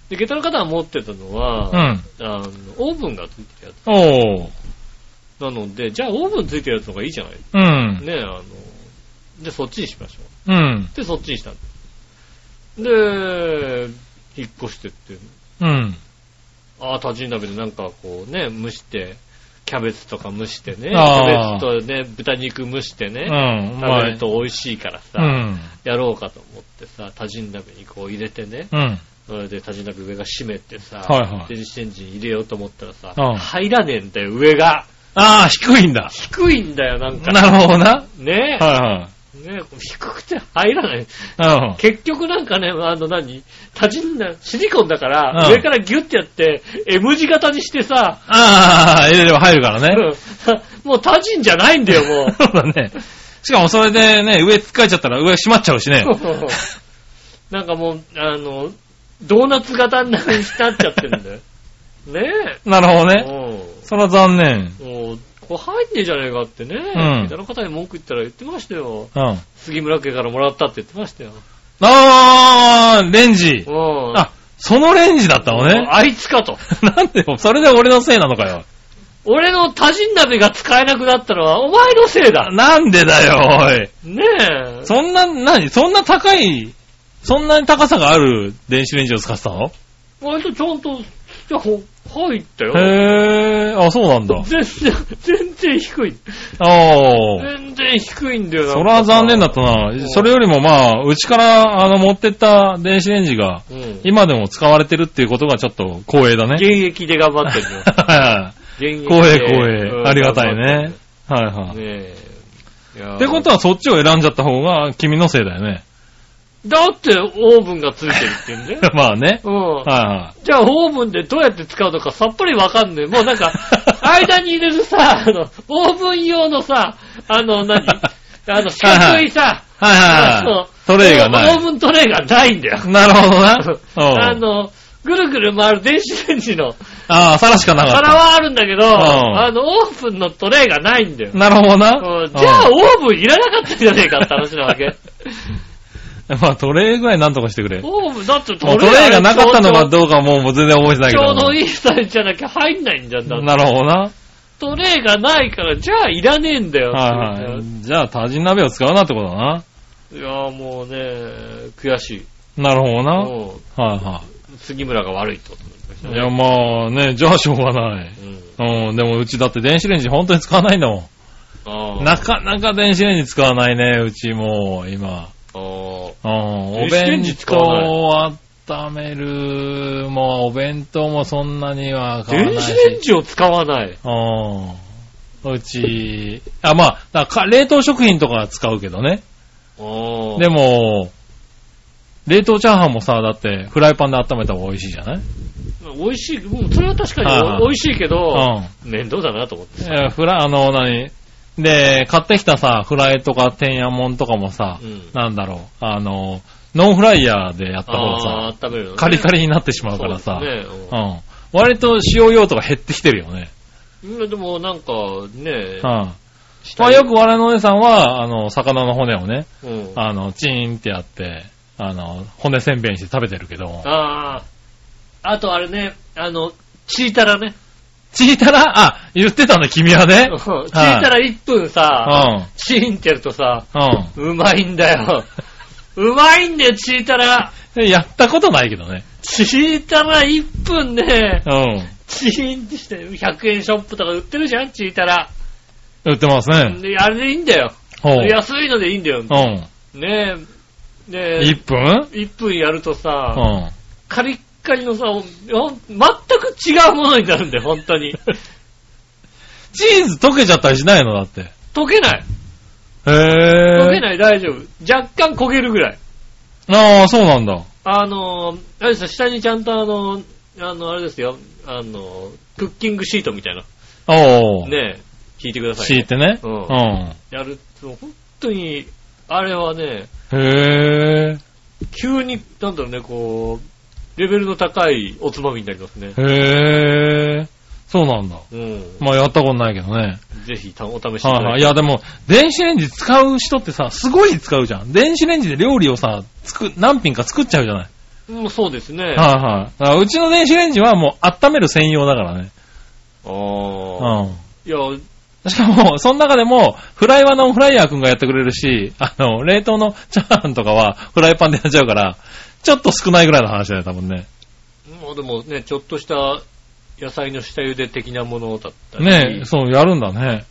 で、下駄の方が持ってたのは、うあん。の、オーブンがついてるやおう。つ。なので、じゃあオーブンついてるやつの方がいいじゃないうん。ねえ、あの、で、そっちにしましょうん。う。で、そっちにしたんで、引っ越してって、うん。ああ、多人鍋でなんかこうね、蒸して、キャベツとか蒸してね、キャベあーツとね、豚肉蒸してうね、ん。食べると美味しいからさ、うん。やろうかと思ってさ、多人鍋にこう入れてね、うん。それで多人鍋上が閉めてさ、はいはい電子レンジに入れようと思ったらさ、うん入らねえんだよ、上が。ああ、低いんだ。低いんだよ、なんか。なるほどな。ねえ、はねえ低くて入らない。いはい。結局なんかね、あの何、多人な、シリコンだから、うん上からギュッてやって、M 字型にしてさ、ああ、入れれば入るからうね。んもう多人じゃないんだよ、 もう。そうだね。しかもそれでね、上つっかえちゃったら上閉まっちゃうしね。 なんかもう、あの、ドーナツ型になっちゃってるんだよ。ねなるほどえ。ね。それは残念。うんもう、こう入んねえじゃねえかってね。うん下駄の方に文句言ったら言ってましたよ。うん。あ杉村家からもらったって言ってましたよ。あ、レンジう。ん。あ、そのレンジだったのね。あいつかと。 なんでよ、それで俺のせいなのかよ。俺の多人鍋が使えなくなったのはお前のせいだ。なんでだよ、おい。ねえ。そんな、なに、そんな高い、そんなに高さがある電子レンジを使ってたの割とちゃんと、じゃあほ入ったよ。へぇー、あ、そうなんだ。全然、全然低い。ああ。全然低いんだよな。それは残念だったうんな。それよりもまあ、うちから、あの、持ってった電子レンジが、うん。今でも使われてるっていうことがちょっと光栄だね。現役で頑張って るよ。現役で。光栄光う栄。んありがたい頑張ね。はいはってるい。ねえ。いやってことはそっちを選んじゃった方が君のせいだよね。 だってオーブンがついてるって言うんだよ。まあね。うん。はじゃあオーブンでどうやって使うのかさっぱりわかんねえ。もうなん か、間に入れるさ、あの、オーブン用のさ、あの 何、あの、四角いさ、いはい。はいはいあはのい。トレイがなオーブントレイがないんだよ。い。なるほどな。あうん。の、ぐるぐる回る電子レンジのああ、皿しかなかっ皿はあるんだけど、んあの、オーブンのトレイがないんだよた。。なるほどうな。んじゃあ、うオーブンいらなかったんじゃねえかって話なわ け。んまあトレイぐらいなんとかしてくれ。もオーブン、だってうトレイがなかったのがかどうかはもうもう全然覚えてないちけど。ょうどいいサイズじゃなきゃ入んないんだんだって。なるほどな。トレイがないから、じゃあいらねえんだよ。はいはい。じゃあ、多人鍋を使うなってことだな。いやもうね、悔しい。なるほどな。はいもはう杉村が悪いってことになりましたい。ね。いや、まあね、じゃあしょうがない。うんうん、でもうちだって電子レンジ本当に使わないんだもあん。ーなかなか電子レンジ使わないね、うちもう、今。あーうん、電お子レン弁ジ使当わないを温める、もうお弁当もそんなには買わない電し子。レンジを使わない。うん。うち、あ、まあ、だから冷凍食品とかは使うけどね。ああ。でも、冷凍チャーハンもさ、だってフライパンで温めた方が美味しいじゃない美味しい、うん、それは確かはいはに美い味しいけど、うん。面倒だなと思って。いや、フラ、あの、何で、買ってきたさ、フライとか天安門とかもさ、うんなんだろう、あの、ノンフライヤーでやった方があさ、あー、温めるの、ね。カリカリリになってしまうからさ、ね、うん。割と使用用途が減ってきてるよね。うんでもなんかね、うん。ま下あによく我のお姉さんは、あの、魚の骨をね、うんあの、チーンってやって、あの、骨せんべいにして食べてるけども。ああ。あとあれね、あの、チータラね。チータラあ、言ってたんだ、君はね チ。ータラ1分うさ、ん。チーンってやるとさ、うんうまいんだよ。うまいんだよ、チータラ。で。やったことないけどね。チータラ1分ね、うん。チーンってして、100円ショップとか売ってるじゃん、チータラ。売ってますね。であれでいいんだよ。ほう。安いのでいいんだよ。うん。ねえ。ねえ。 1分1分やるとさ、うん。カリッカリのさ、ほん全く違うものになるんだよ、本当に。チーズ溶けちゃったりしないのだって。へ溶けない。ぇー。溶けない、大丈夫。若干焦げるぐらい。ああ、そうなんだ。あのー、あれですよ、下にちゃんとあのー、あの、あれですよ、あのー、クッキングシートみたいな。おー。ねえ、引いてください。敷いてね。ううんん。やると、本当に、あれはね、へぇ急に、なんだろうね、こう、レベルの高いおつまみになりますねー。。へぇー。そうなんだ。うん。まあ、やったことないけどね。ぜひ、たお試しいただはいはい。いや、でも、電子レンジ使う人ってさ、すごい使うじゃん。電子レンジで料理をさ、作、何品か作っちゃうじゃない。うん、そうですね。あ はいはい。だからうちの電子レンジはもう温める専用だからね。あ。うん。いや、しかも、その中でも、フライはノンフライヤーくんがやってくれるし、 あの、冷凍のチャーハンとかはフライパンでやっちゃうから、ちょっと少ないぐらいの話だよ、多分ね。もうでもね、ちょっとした野菜の下茹で的なものだったり。ねえ、そう、やるんだね。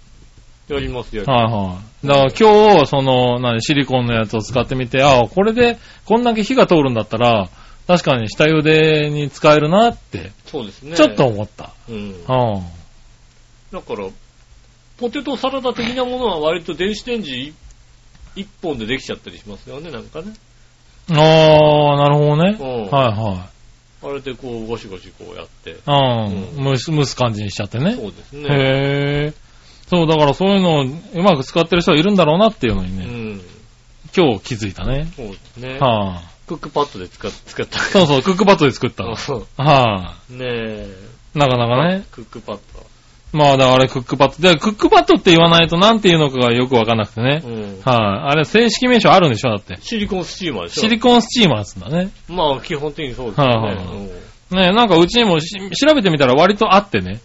やりますよ。はいはい。だから今日、その、何、シリコンのやつを使ってみて、ああ、これで、こんだけ火が通るんだったら、確かに下茹でに使えるなって、そうですね。ちょっと。思った。うん。だうん。から、ポテトサラダ的なものは割と電子レンジ一本でできちゃったりしますよね、なんかね。ああ、なるほどね。うんはあれでこう、ゴシゴシこうやって。いはい。ううん。蒸す、蒸す感じにしちゃってね。そうですね。へえ。そう、だからそういうのをうまく使ってる人はいるんだろうなっていうのにうね、ん。今日気づいたね。そうですね。はあ、クックパッドで使っ使った。そうそう、クックパッドで作った。はそあ、う。ねえ。なかなかね。クックパッドは。まあ、だからあれクックパッド。で、クックパッドって言わないとなんて言うのかがよくわかんなくてね。うん。はい、あ。れ正式名称あるんでしょだって。シリコンスチーマーでしょシリコンスチーマーっつうんだね。まあ、基本的にそうですよね。はいはいはいうんねなんかうちにもし調べてみたら割とあってね。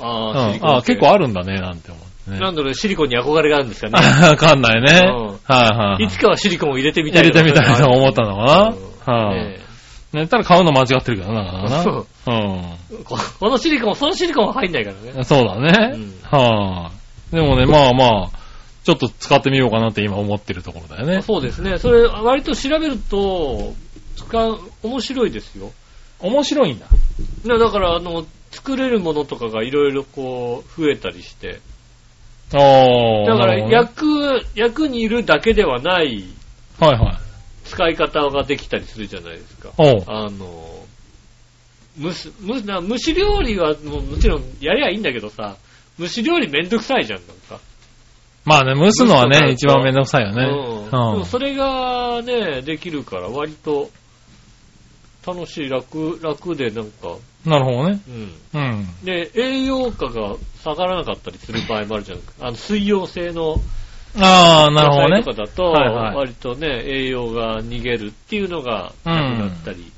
うん、ああ、シリコンあ系結構あるんだね、なんて思ってね。なんだろう、シリコンに憧れがあるんですか ね。わかんないね。うんはいはいはい。いつかはシリコンを入れてみたい入れてみたいと思ったのかな。うんはい、ねね、たら買うの間違ってるけどな、なかなかな。えここのシリコン、そのシリコンは入んないからうね。ん。そうだね。うんはあ。でもね、まあまあ、ちょっと使ってみようかなって今思ってるところだよね。そうですね。それ、割と調べると、使う、面白いですよ。面白いんだ。ねだから、あの、作れるものとかがいろいろこう、増えたりして。ああ。だから、なるほどね役、役にいるだけではないはいはい。使い方ができたりするじゃないですか。おう。あの、蒸す、蒸すな、蒸し料理はもうもちろんやりゃいいんだけどさ、蒸し料理めんどくさいじゃん、なんか。まあね、蒸すのはね、蒸す一のは番めんどくさいよね。うん。でうんもそれがね、できるから割と楽しい、楽、楽でなんか、なるほどね。うん。うん。で、栄養価が下がらなかったりする場合もあるじゃん。あの、水溶性のああ、なるほど野菜ねとか。だと、はいはい割とね、栄養が逃げるっていうのがなくなったり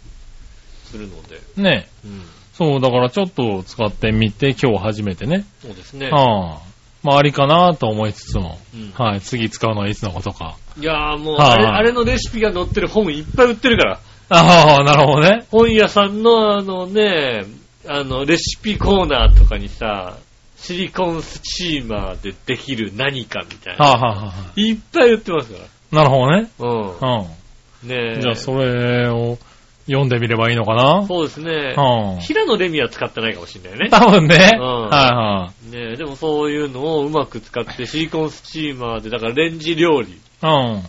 するので、ね。うんそう、だからちょっと使ってみて、今日初めてね。そうですね。ああ。まあ、ありかなと思いつつも。うんはい。次使うのはいつのことか。いやーもう、はいあれ、はいあれのレシピが載ってる本いっぱい売ってるから。ああ、なるほどね。本屋さんのあのね、あの、レシピコーナーとかにさ、シリコンスチーマーでできる何かみたいな。はあ、はあはあ、いっぱい売ってますから。なるほどね。うん。うねえ。ん。じゃあ、それを読んでみればいいのかなそうですね。うん。平野レミは使ってないかもしれないね。多分ね。うんはねえ、でもそういうのをうまく使って、シリコンスチーマーで、だからレンジ料理。いは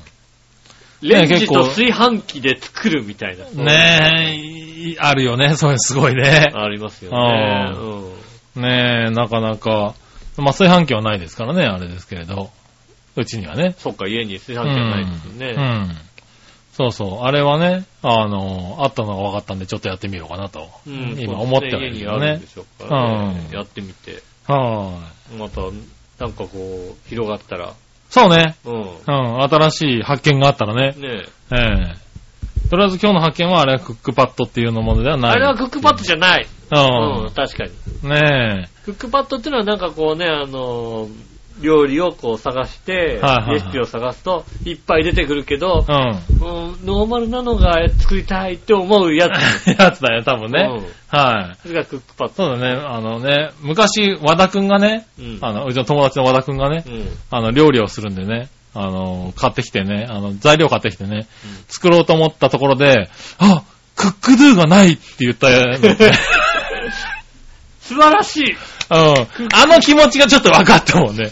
い。レンジ結と構炊飯器で作るみたいな。うん。ねえ、あるよね。それすごいね。ありますよね。ううん。ねえ、なかなか。まあ、炊飯器はないですからね、あれですけれど。うちにはね。そっか、家に炊飯器はないですよね。うん。うんそうそう。あれはね、あの、あったのが分かったんで、ちょっとやってみようかなと。うん今思ってはいるけど家にあるんねで。しょうからねうんやってみて。はまた、なんかこう、広がったら。い。そうね。 うん。うん。新しい発見があったらね。ねえ。ええとりあえず今日の発見は、あれはクックパッドっていうのものではない。あれはクックパッドじゃない。うん、う確かに。ん。ねクックパッドっていうのはなんかこうね、あのー、料理をこう探してはいはいは、いレシピを探すと、いっぱい出てくるけどえ。う、ん。 うんノーマルなのが作りたいって思うやつ。やつだよ、多分うね。んはい。それがクックパッド。そうだね、あのね、昔、和田くんがね、うん。 あの、うちの友達の和田くんがねう、 ん。あの、料理をするんでね、あの、買ってきてね、あの、材料買ってきてね、作ろうと思ったところで、あクックドゥがないって言ったよ、 ね。素晴らしいうん。あの気持ちがちょっと分かったもんね。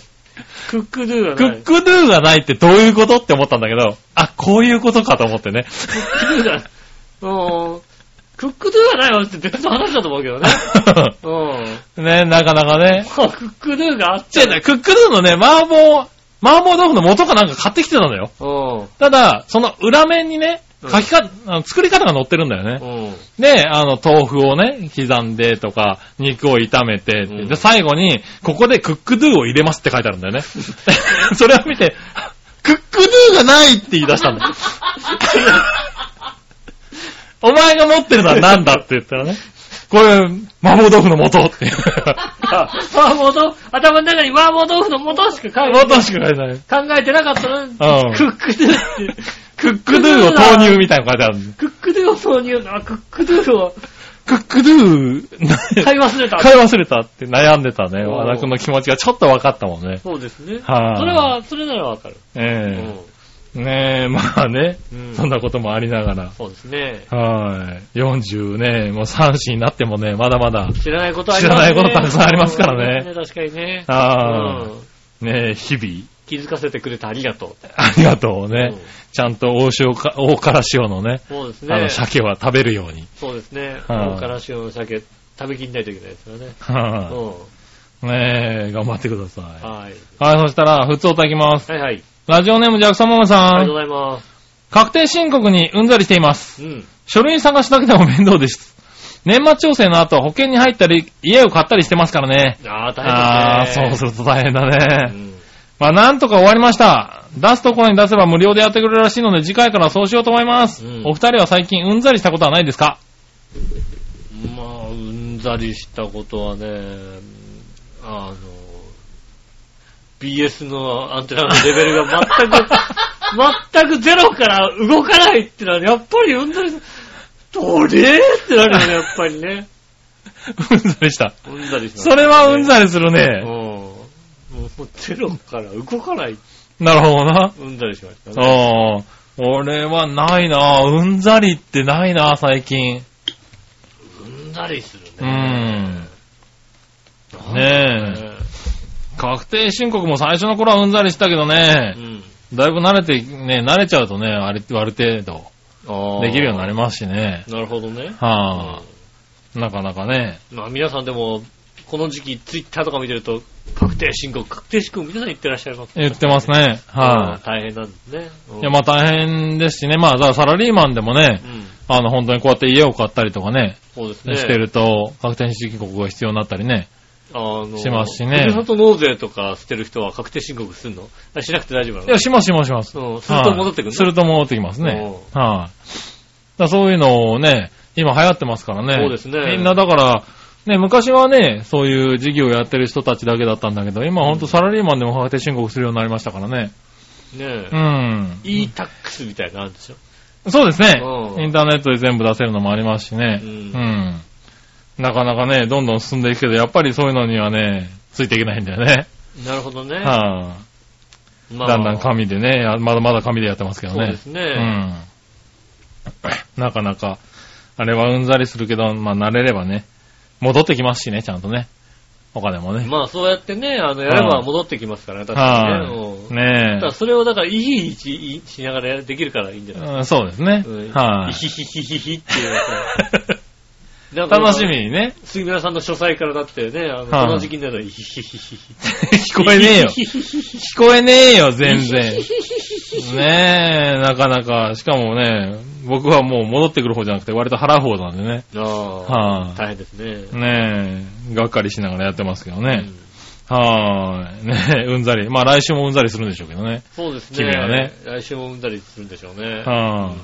クックドゥがクない。ックドゥがないってどういうことって思ったんだけど、あ、こういうことかと思ってね。クックドゥが、うんクックドゥがないわって別の話だと思うけどね。 うん。ね、なかなかね。まあクックドゥがあって違う違う、クックドゥのね、麻婆、麻婆豆腐の元かなんか買ってきてたんだよ。うん。ただ、その裏面にね、う書んき方、あの作り方が載ってるんだよね。うん。で、あの、豆腐をね、刻んでとか、肉を炒めて、うんで、最後に、ここでクックドゥを入れますって書いてあるんだよね。 それを見て、クックドゥがないって言い出したんだよ。お前が持ってるのは何だって言ったらね、これ、麻婆豆腐の素って。麻婆豆腐、頭の中に麻婆豆腐の元しか書いて元しか書いてない。考えてなかったのに、うんクックドゥって。クックドゥを投入みたいなの書いてあるんだよクックドゥを挿入な、クックドゥをクックド ゥ、買い忘れた。買い忘れたって悩んでたね。おー和田くんの気持ちがちょっと分かったもんね。そうですね。はいそれは、それならわかる。ええねえ、まあね、うんそんなこともありながそうですね。ら。はい。40ね、もう3子になってもね、まだまだ、知らないことありますね。知らないことたくさんありますからねうん確かにね。あーうんねえ、日々、気づかせてくれてありがとう。ありがとうねうん。ちゃんと大塩か、大辛塩のね、そうですあねの、。鮭は食べるように。そうですね。はい大から塩の鮭、食べきんないといけないですからね。はういねえ、頑張ってくださん。い。はい。はい、そしたら、普通おたきます。はいはい。ラジオネームジャクソンママあさ。りがとうんございます。確定申告にうんざりしています。うん。書類探すだけでも面倒です。年末調整の後、保険に入ったり、家を買ったりしてますからね。ああ、あ大あ、変そうですすね。ると大変だうね。ん。まあ、なんとか終わりました。出すところに出せば無料でやってくれるらしいので、次回からそうしようと思います。うんお二人は最近うんざりしたことはないですか まあ、うんざりしたことはね、あの、BS のアンテナのレベルが全く、全くゼロから動かないってのは、やっぱりうんざり、どれってなるよね、やっぱりね。うんざりした。うんざりしますそれはうんり。ざりするうん。ね。もうゼロから動かない、なるほどな。うんざりしましたね。ああ、俺はないな。うんざりってないな、最近。うんざりするうね。ん。ねえ。確定申告も最初の頃はうんざりしたけどねえ。う。ん。だいぶ慣れて、ね、慣れちゃうとね、あれ、ある程度、できるようになりますしね。なるほどね。はあうん、なかなかね。まあ皆さんでも、この時期ツイッターとか見てると、確定申告、確定申告皆さん言ってらっしゃいます、言ってます。ね。ははい。大変なんですね。うんい。いや、まあ大変ですしね。まあ、だからサラリーマンでもねう、ん。あの、本当にこうやって家を買ったりとかね、そうですね。してると、確定申告が必要になったりね。あの、してますしねふるさと納税とかしてる人は確定申告するのあしなくて大丈夫なのいや、しますしますします。うん。すると戻ってくるはのいすると戻ってきますね。はい。だからそういうのをね、今流行ってますからね。そうですねみんなだから、ね、昔はね、そういう事業をやってる人たちだけだったんだけど、今ほんとサラリーマンでも確定申告するようになりましたからね。ねうえ。ん。 e-tax みたいなのあるんでしょそうですね。うんインターネットで全部出せるのもありますしね。うんんなかなかね、どんどん進んでいくけど、やっぱりそういうのにはね、ついていけないんだよね。なるほどね。はまあだんだん紙でね、あまだまだ紙でやってますけどそうでね。すうね。ん。なかなか、あれはうんざりするけど、まあ慣れればね、戻ってきますしね、ちゃんとね。お金もね。まあそうやってね、あの、やれば戻ってきますからね、確かにね。うんはい。ねだからそれをだから、いい位置しながらできるからいいんじゃえないうん。そうですねうん。はいヒヒヒヒヒって いうさ。なんか楽しみ。にね。杉村さんの書斎からだってね、あの、はいこの時期になると、ヒヒヒヒヒ。聞こえねえよ。聞こえねえよ、全然。ねえ、なかなか。しかもね、僕はもう戻ってくる方じゃなくて、割と払う方なんでね。あはあ、い大変ですね。ねえ、がっかりしながらやってますけどうね。んはーい。ねえ、うんざり。まあ来週もうんざりするんでしょうけどね。そうですね。君はね来週も産んだりするんでしょうね。はーい。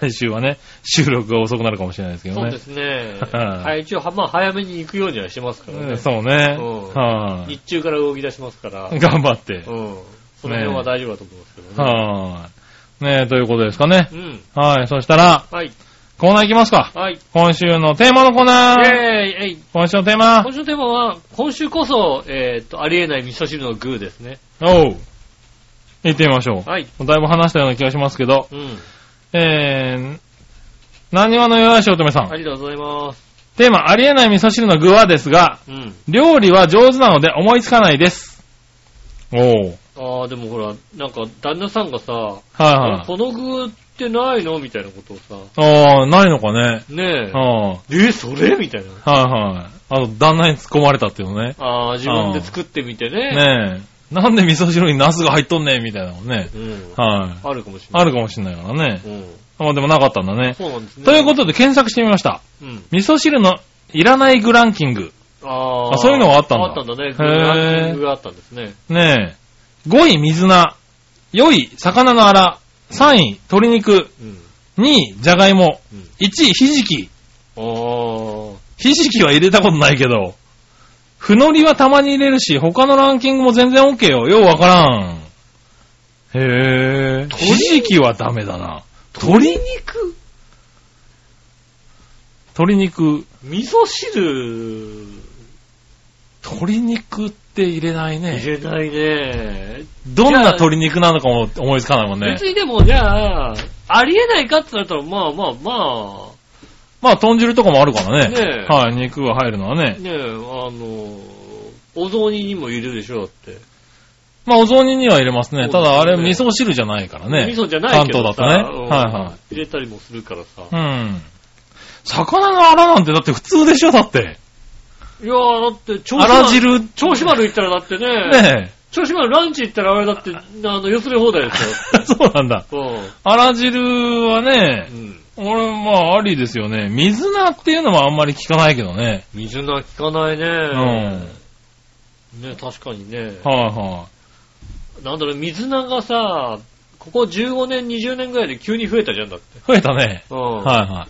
来週はね、収録が遅くなるかもしれないですけどそうね。ですね。はいはい、一応は、まあ、早めに行くようにはしてますからうんね。そうね。うんはー日中から動き出しますから。うい。ん。頑張って。その辺は大丈夫だと思いますけどね。はーい。ねえ、ということですかねう。ん。はい。そしたら、はい。コーナー行きますか。はい。イ今週のテーマのコーナー。ェーイえい今週のテーマ今週のテーマは、今週こそ、えーっと、ありえない味噌汁の具ですね。おう。行ってみましょはい。う。だいぶ話したような気がしますけど、うん。えー、何話のよやしおとめさん。ありがとうございます。テーマ、ありえない味噌汁の具はですが、うん。料理は上手なので思いつかないです。おう。ああ、でもほら、なんか、旦那さんがさ、はいはい。この具ってないのみたいなことをさ、あー、ないのかね。ねえう、ん。はいえ、それみたいな。はい。あの、旦那に突っ込まれたっていうのね。ああ、自分で作ってみてね。ねえ。なんで味噌汁にナスが入っとんねんみたいなのね。うん。はい。あるかもしれない。あるかもしんないからね。うん。まあでもなかったんだね。そうなんですね。ということで検索してみました。うん。味噌汁のいらない具ランキング。ああ。あそういうのがあったんだあったんだね。ーグランキングがあったんですね。ねえ。5位、水菜。4位、魚のあら。3位、鶏肉。うん。 2位、じゃがいも。うん。 1位、ひじき。あひじきは入れたことないけど。ふのりはたまに入れるし、他のランキングも全然 OK よ。ようわからん。へえ。鶏ひじきはダメだな。鶏あ。肉鶏肉。味噌汁、鶏肉って入れない入ね。れないね。どんな鶏肉なのかも思いつかないもんね別。にでも、じゃあ、ありえないかってなったら、まあまあままあ、豚汁とかもあるからね。ねえはい、肉が入るのはあ、ね。ねえ、あの、お雑煮にも入れるでしょ、だって。まあ、お雑煮には入れますね。そたうですねだ、あれ、味噌汁じゃないからね。味噌じゃないけどさ。関東だとうねんはいは入れたりもするからさ。うん。魚のアラなんて、だって普通でしょだって。いやー、だって、銚ア子ラ丸、汁。銚子丸行ったらだってね、ね銚子丸ランチ行ったらあれだって、あの、よすれ放題ですよ。え。 そうなんだ。うアラ汁はね、ん。うん。俺、まあ、ありですよね。水菜っていうのはあんまり聞かないけどね。水菜効かないね。うん。はい、ね、確かにね。はい、なんだろう、水菜がさ、ここ15年、20年ぐらいで急に増えたじゃんだって。増えたね。うん。はいは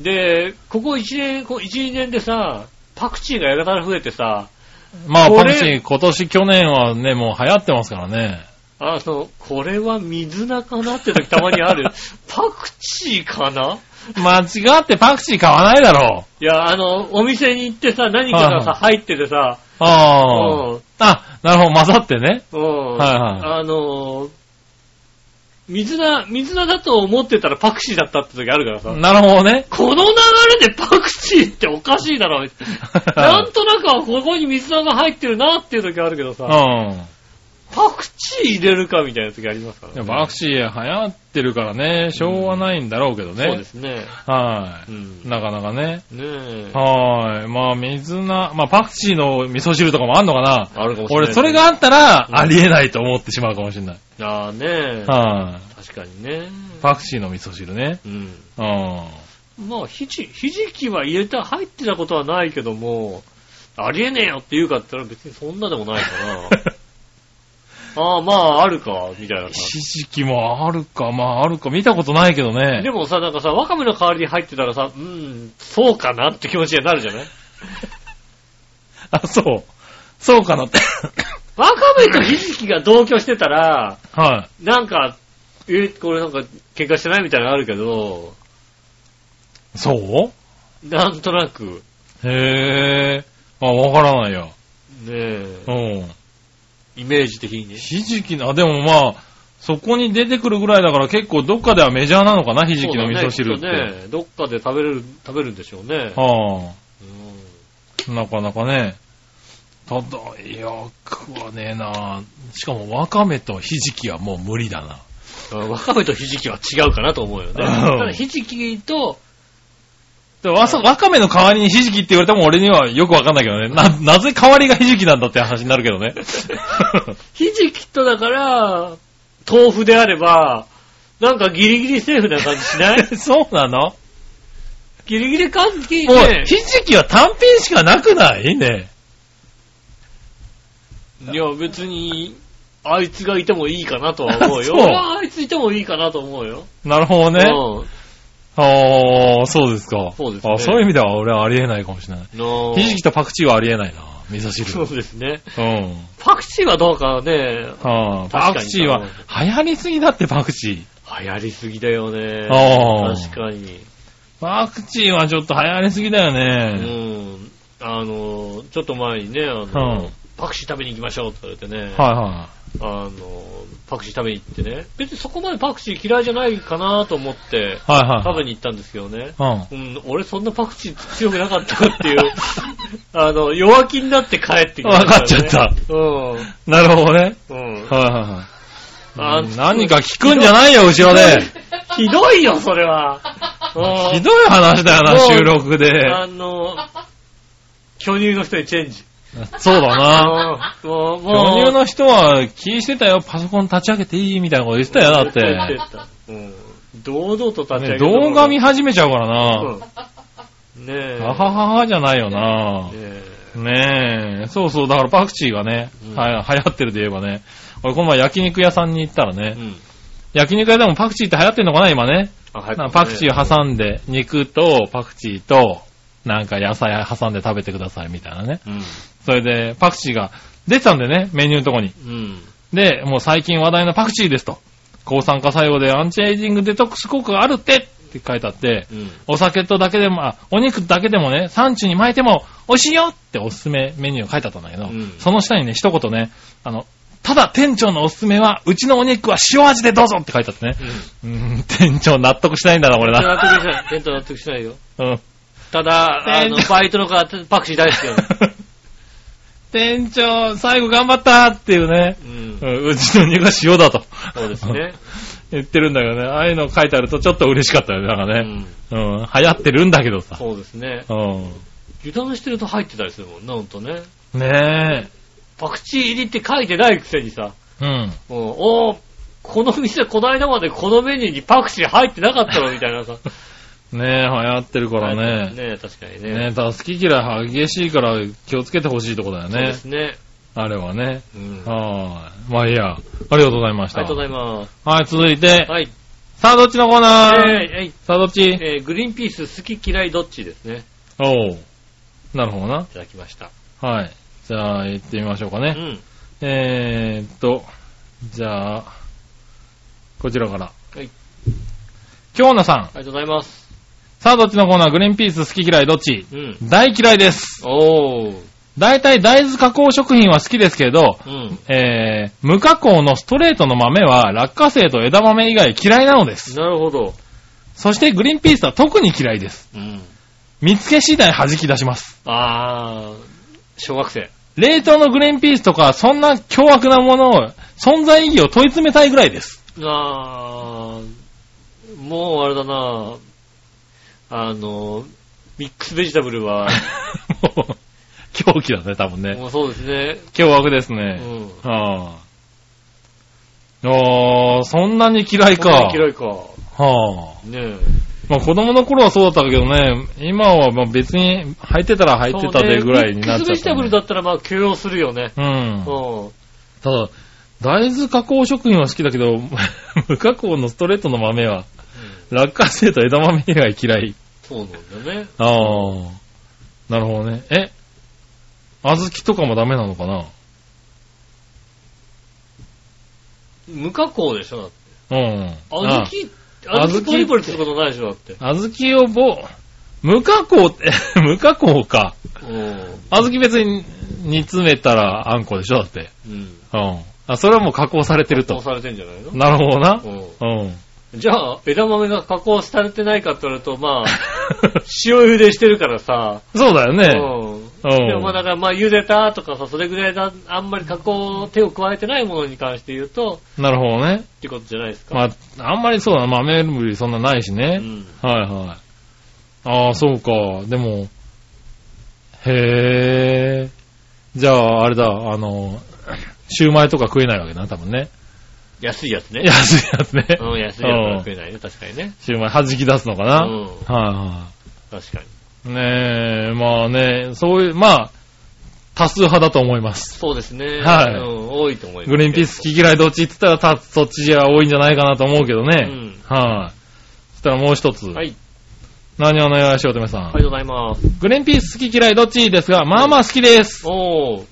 い、で、ここ1年、こ1、2年でさ、パクチーがやがたら増えてさ、まあ、こパれクチー、今年、去年はね、もう流行ってますからね。あの、これは水菜かなって時たまにあ る。パクチーかな間違ってパクチー買わないだろいや、あの、お店に行ってさ、何かがさ、入っててさ、う。ああ。うん、あ、なるほど、混ざってね。うん、はいはあのー、水菜、水菜だと思ってたらパクチーだったって時あるからさ、なるほどね。この流れでパクチーっておかしいだ ろ、なんとなくはここに水菜が入ってるなっていう時あるけどうさ、ん。パクチー入れるかみたいな時ありますからいやパクチー流行ってるからね、しょうがないんだろうけどね。そうですね。はうい。ん。ねなかなかね。え。はい。まあ、水菜、まあ、パクチーの味噌汁とかもあんのかなあるかもしれない。俺、それがあったら、ありえないと思ってしまうかもしれない。ああねは確かにね。い。パクチーの味噌汁ね。うん。うん。まあ、ひじ、ひじきは入れた、入ってたことはないけども、ありえねえよって言うかって言ったら別にそんなでもない かな。ああ、まあ、あるか、みたいな感 ひじきもあるか、まあ、あるか、見たことないけどじ。でね。もさ、なんかさ、ワカメの代わりに入ってたらさ、うん、そうかなって気持ちになるじゃないあ、そう。そうか なって。ワカメとひじきが同居してたら、はい。なんか、え、これなんか喧嘩してないみたいなのあるけど、そうなんとなく、へえ。あ、わからないよ。ねえう、ん。イメージ的にね。ひじきの、あ、でもまあ、そこに出てくるぐらいだから結構どっかではメジャーなのかな、ひじきの味噌汁っそて。うだねきっとね。どっかで食べれる、食べるんでしょうね。はうんあ、なかなかね。ただ、いや、食わねえなしかもわかめとひじきはもう無理だな。うんわかめとひじきは違うかなと思うよね。うんただひじきと、でわさわかめの代わりにひじきって言われても俺にはよくわかんないけどね。な、なぜ代わりがひじきなんだって話になるけ どね。ひじきとだから、豆腐であれば、なんかギリギリセーフな感じしない そうなのギリギリ感じもうね、。ひじきは単品しかなくないね。いや、別に、あいつがいてもいいかなとは思うよ。そう俺はあいついてもいいかなと思うよ。なるほどね。うんああ、そうですか。そうですねあそういう意味では俺はありえないかもしれない。のひじきとパクチーはありえないな。味噌汁。そうですね。うん。パクチーはどうかね、はあ、確かにパクチーは流行りすぎだってパクチ流行りすぎだよねー。。ああ。確かに。パクチーはちょっと流行りすぎだようね。ん。あの、ちょっと前にね、あの、うんパクチー食べに行きましょうって言われてね、はいはあの、パクチー食べに行ってね、別にそこまでパクチー嫌いじゃないかなと思ってい。はい食はい。べに行ったんですけどね。うん。うん、俺そんなパクチー強くなかったっていう、 あの、弱気になって帰ってきました、ね。わかっちゃった。うなるほどね。ん。うん。はいはいあはい。何か聞くんじゃないよ、後ろで。ひどいよ、それは。うんひどい話だよな、もう収録で。あの、巨乳の人にチェンジ。そうだな。うんもう、もう。巨乳の人は気にしてたよ、パソコン立ち上げていいみたいなこと言ってたよ、だって。言ってたうん堂々と立ち上げねるところが動画見始めちゃうからな。うんねえ。ははははじゃないよなね。えねえ。そうそう、だからパクチーがね、うんは流行ってるで言えばね。俺この前焼肉屋さんに行ったらね、うん焼肉屋でもパクチーって流行ってんのかな、今ね。あはいなんかパクチー挟んで、肉とパクチーと、なんか野菜挟んで食べてくださいみたいなね。うん。それで、パクチーが出てたんでね、メニューのとこに。うん。で、もう最近話題のパクチーですと。抗酸化作用でアンチエイジングデトックス効果があるってって書いてあって、うん。お酒とだけでも、あ、お肉だけでもね、産地に巻いても美味しいよっておすすめメニューが書いてあったんだけど、うんその下にね、一言ね、あの、ただ店長のおすすめは、うちのお肉は塩味でどうぞって書いてあってね。うーん、店長納得しないんだな、俺納な。得しない。テント納得しないよ。うん。ただ、あのテン、トバイトの子はパクチー大好きよ。店長、最後頑張ったっていうね。うんう。んうちの肉は塩だと。そうですね。言ってるんだけどね、ああいうの書いてあるとちょっと嬉しかったよね、なんかうね。ん。うん、流行ってるんだけどさ。そうですね。う油断してると入ってたりするもんな、ほんとね。ん。ねパクチー入りって書いてないくせにさ。え。うん。うん、おーこの店、この間までこのメニューにパクチー入ってなかったのみたいなさ。ねえ、流行ってるからね。ね確かにね。ねえ、ただ好き嫌い激しいから気をつけてほしいとこだそようでね。すね。あれはね。うんあはーい。まあいいや。ありがとうございましりた。がとうございます。はい、続いて、はい。さあどっちのコーえナー、ーはいさあどっちえーグリーンピース好き嫌いどっちですね。おう。なるほどな。いただきました。はい。じゃあ、行ってみましょうかうね。ん。えーっと、じゃあ、こちらから。はい。京奈さん。ありがとうございます。さあ、どっちのコーナーグリーンピース好き嫌いどっちうん。大嫌いです。おー。大体大豆加工食品は好きですけど、うん。えー、無加工のストレートの豆は落花生と枝豆以外嫌いなのです。なるほど。そしてグリーンピースは特に嫌いです。うん。見つけ次第弾き出します。あー、小学生。冷凍のグリーンピースとか、そんな凶悪なものを、存在意義を問い詰めたいぐらいです。 あー、もうあれだなあの、ミックスベジタブルは、もう、狂気だね、多分 ね。もうそうですね。凶悪ですうね。ん。はあ。あー、そんなに嫌いか。嫌いか。はあ。ねまあ子供の頃はそうだったけどね、今はまあ別に履いてたらえ。履いてたでぐらそういになっちゃった、ねミックスベジタブルだったらまあ許容するよね。うん。うん。ただ、大豆加工食品は好きだけど、 無加工のストレートの豆は、落花生と枝豆以外嫌い。そうなんだよね。ああ。なるほどね。え小豆とかもダメなのかな無加工でしょだって。うん。小豆、あ小豆ポリポリすることないでしょだって。小豆を ぼ、無加工って、無加工か。うん。小豆別に煮詰めたらあんこでしょだって。うん。うん。あ、それはもう加工されてる加工と。されてんじゃないのなるほどな。ううん。 ん。じゃあ、枝豆が加工されてないかって言われると、 まあ、塩茹でしてるからさ、そうだようね。ん。うん。でもまあだから、まあ、茹でたとかさ、それぐらいだ、あんまり加工、手を加えてないものに関して言うと、なるほどね。ってことじゃないですか。まあ、あんまりそうだな。豆類そんなないしうね。ん。はいはい。ああ、そうか。でも、へえ。じゃあ、あれだ、あの、シューマイとか食えないわけだな、多分ね。安いやつね。安いやつね。うん、安いやつは食えないね、確かにね。シューマイ弾き出すのかな。うはいん、は確かに。い。ねえ、まあね、そういう、まあ、多数派だと思います。そうですね。はいうん、多いと思います。グリーンピース好き嫌いどっちって言ったら、たそっちが多いんじゃないかなと思うけどうね。ん。はい。そしたらもう一つ。はい。何をお願いしようとめさん。ありがとうございます。グリーンピース好き嫌いどっちですが、まあまあ好きです。おー。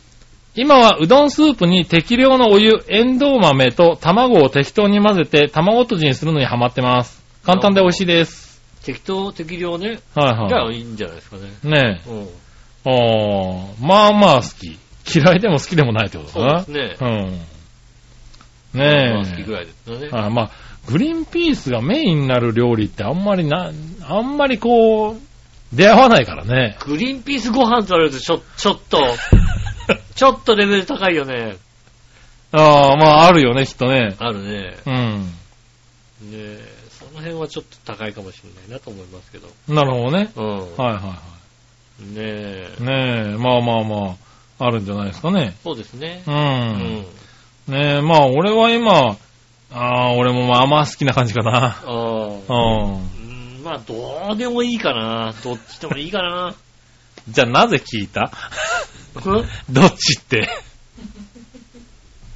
今はうどんスープに適量のお湯、エンドウ豆と卵を適当に混ぜて卵とじにするのにハマってます。簡単で美味しいです。適当、適量ね。はいじゃはあ、いいんじゃないですかね。い。ねうん。え。あー、まあまあ好き。嫌いでも好きでもないってことそうでかすね。な。うん。まねあ好きぐえ。らいですよね。あまあ、グリーンピースがメインになる料理ってあんまりな、あんまりこう、出会わないからね。グリーンピースご飯と言われると、ちょ、ちょっと、ちょっとレベル高いよね。 ああ、まああるよね、きっとね。あるね。うん。ねえ、その辺はちょっと高いかもしれないなと思いますけど。なるほどね。うん。はいはいはい。ねえ、ねえ、まあまあまあ、あるんじゃないですかね。そうですねう。。。うんねえ、まあ俺は今、ああ、俺もまあまあ好きな感じかな。あうあ。ん。うんまあ、どうでもいいかな。どっちでもいいか な。じゃあなぜ聞いた うんどっちって。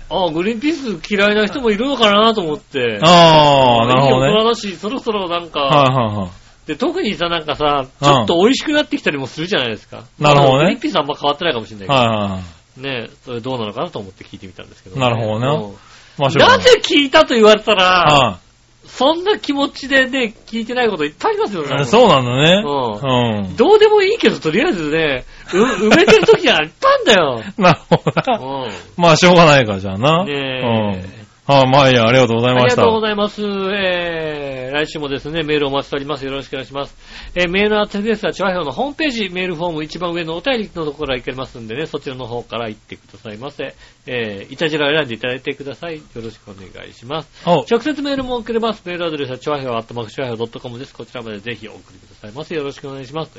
ああ、グリーンピース嫌いな人もいるのかなと思って。ああ、なるほどいい大ね。人だし、そろそろなんか、はいはいはい。で、特にさ、なんかさ、ちょっと美味しくなってきたりもするじゃないですか。なるほまどねあグリーンピースあんま変わってないかもしれないけど。はいはいはい。ねそれどうなのかなと思って聞いてみたんですけど、なるほどねうんまあしょうがないぜ聞いたと言われたら、はそんな気持ちでね、聞いてないこといっぱいありますよい。ね。そうなんうんだね。どうでもいいけど、とりあえずね、う埋めてる時がいっぱいあんだよ。うん。なるほどな。うま あしょうがないか、じゃあな。ん。うんねえ。。はい、まあいいや、ありがとうございあまりしがた。とうございます。えー、来週もですね、メールお待ちしております。よろしくお願いします。えー、メールのアドレスは、チョアヘオのホームページ、メールフォーム一番上のお便りのところから行けますんでね、そちらの方から行ってくださいませ。えー、いたじらを選んでいただいてください。よろしくお願いします。お直接メールも送れます。メールアドレスは、チョアヘオアットマークチョアヘオ .com です。こちらまでぜひお送りくださいませ。よろしくお願いします。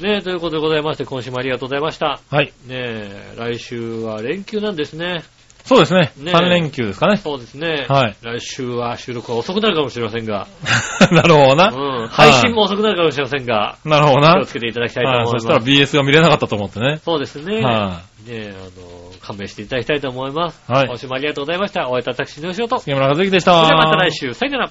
ねえ、ということでございまして、今週もありがとうございました。はい。ねえ、来週は連休なんですね。そうですね。ねえ3連休ですかね。 そうですね。はい来週は収録は遅くなるかもしれませんが、なるほどな。うん。はい配信も遅くなるかもしれませんが、なるほど気をなつ。けていただきたいとは思いい、そましす。たら BS が見れなかったと思ってね。そうですね。はねえ、あの、勘弁していただきたいと思います。はい今週もありがとうございました。お会いいた私、の仕事。い。杉村和之でした。それではまた来週。さよなら。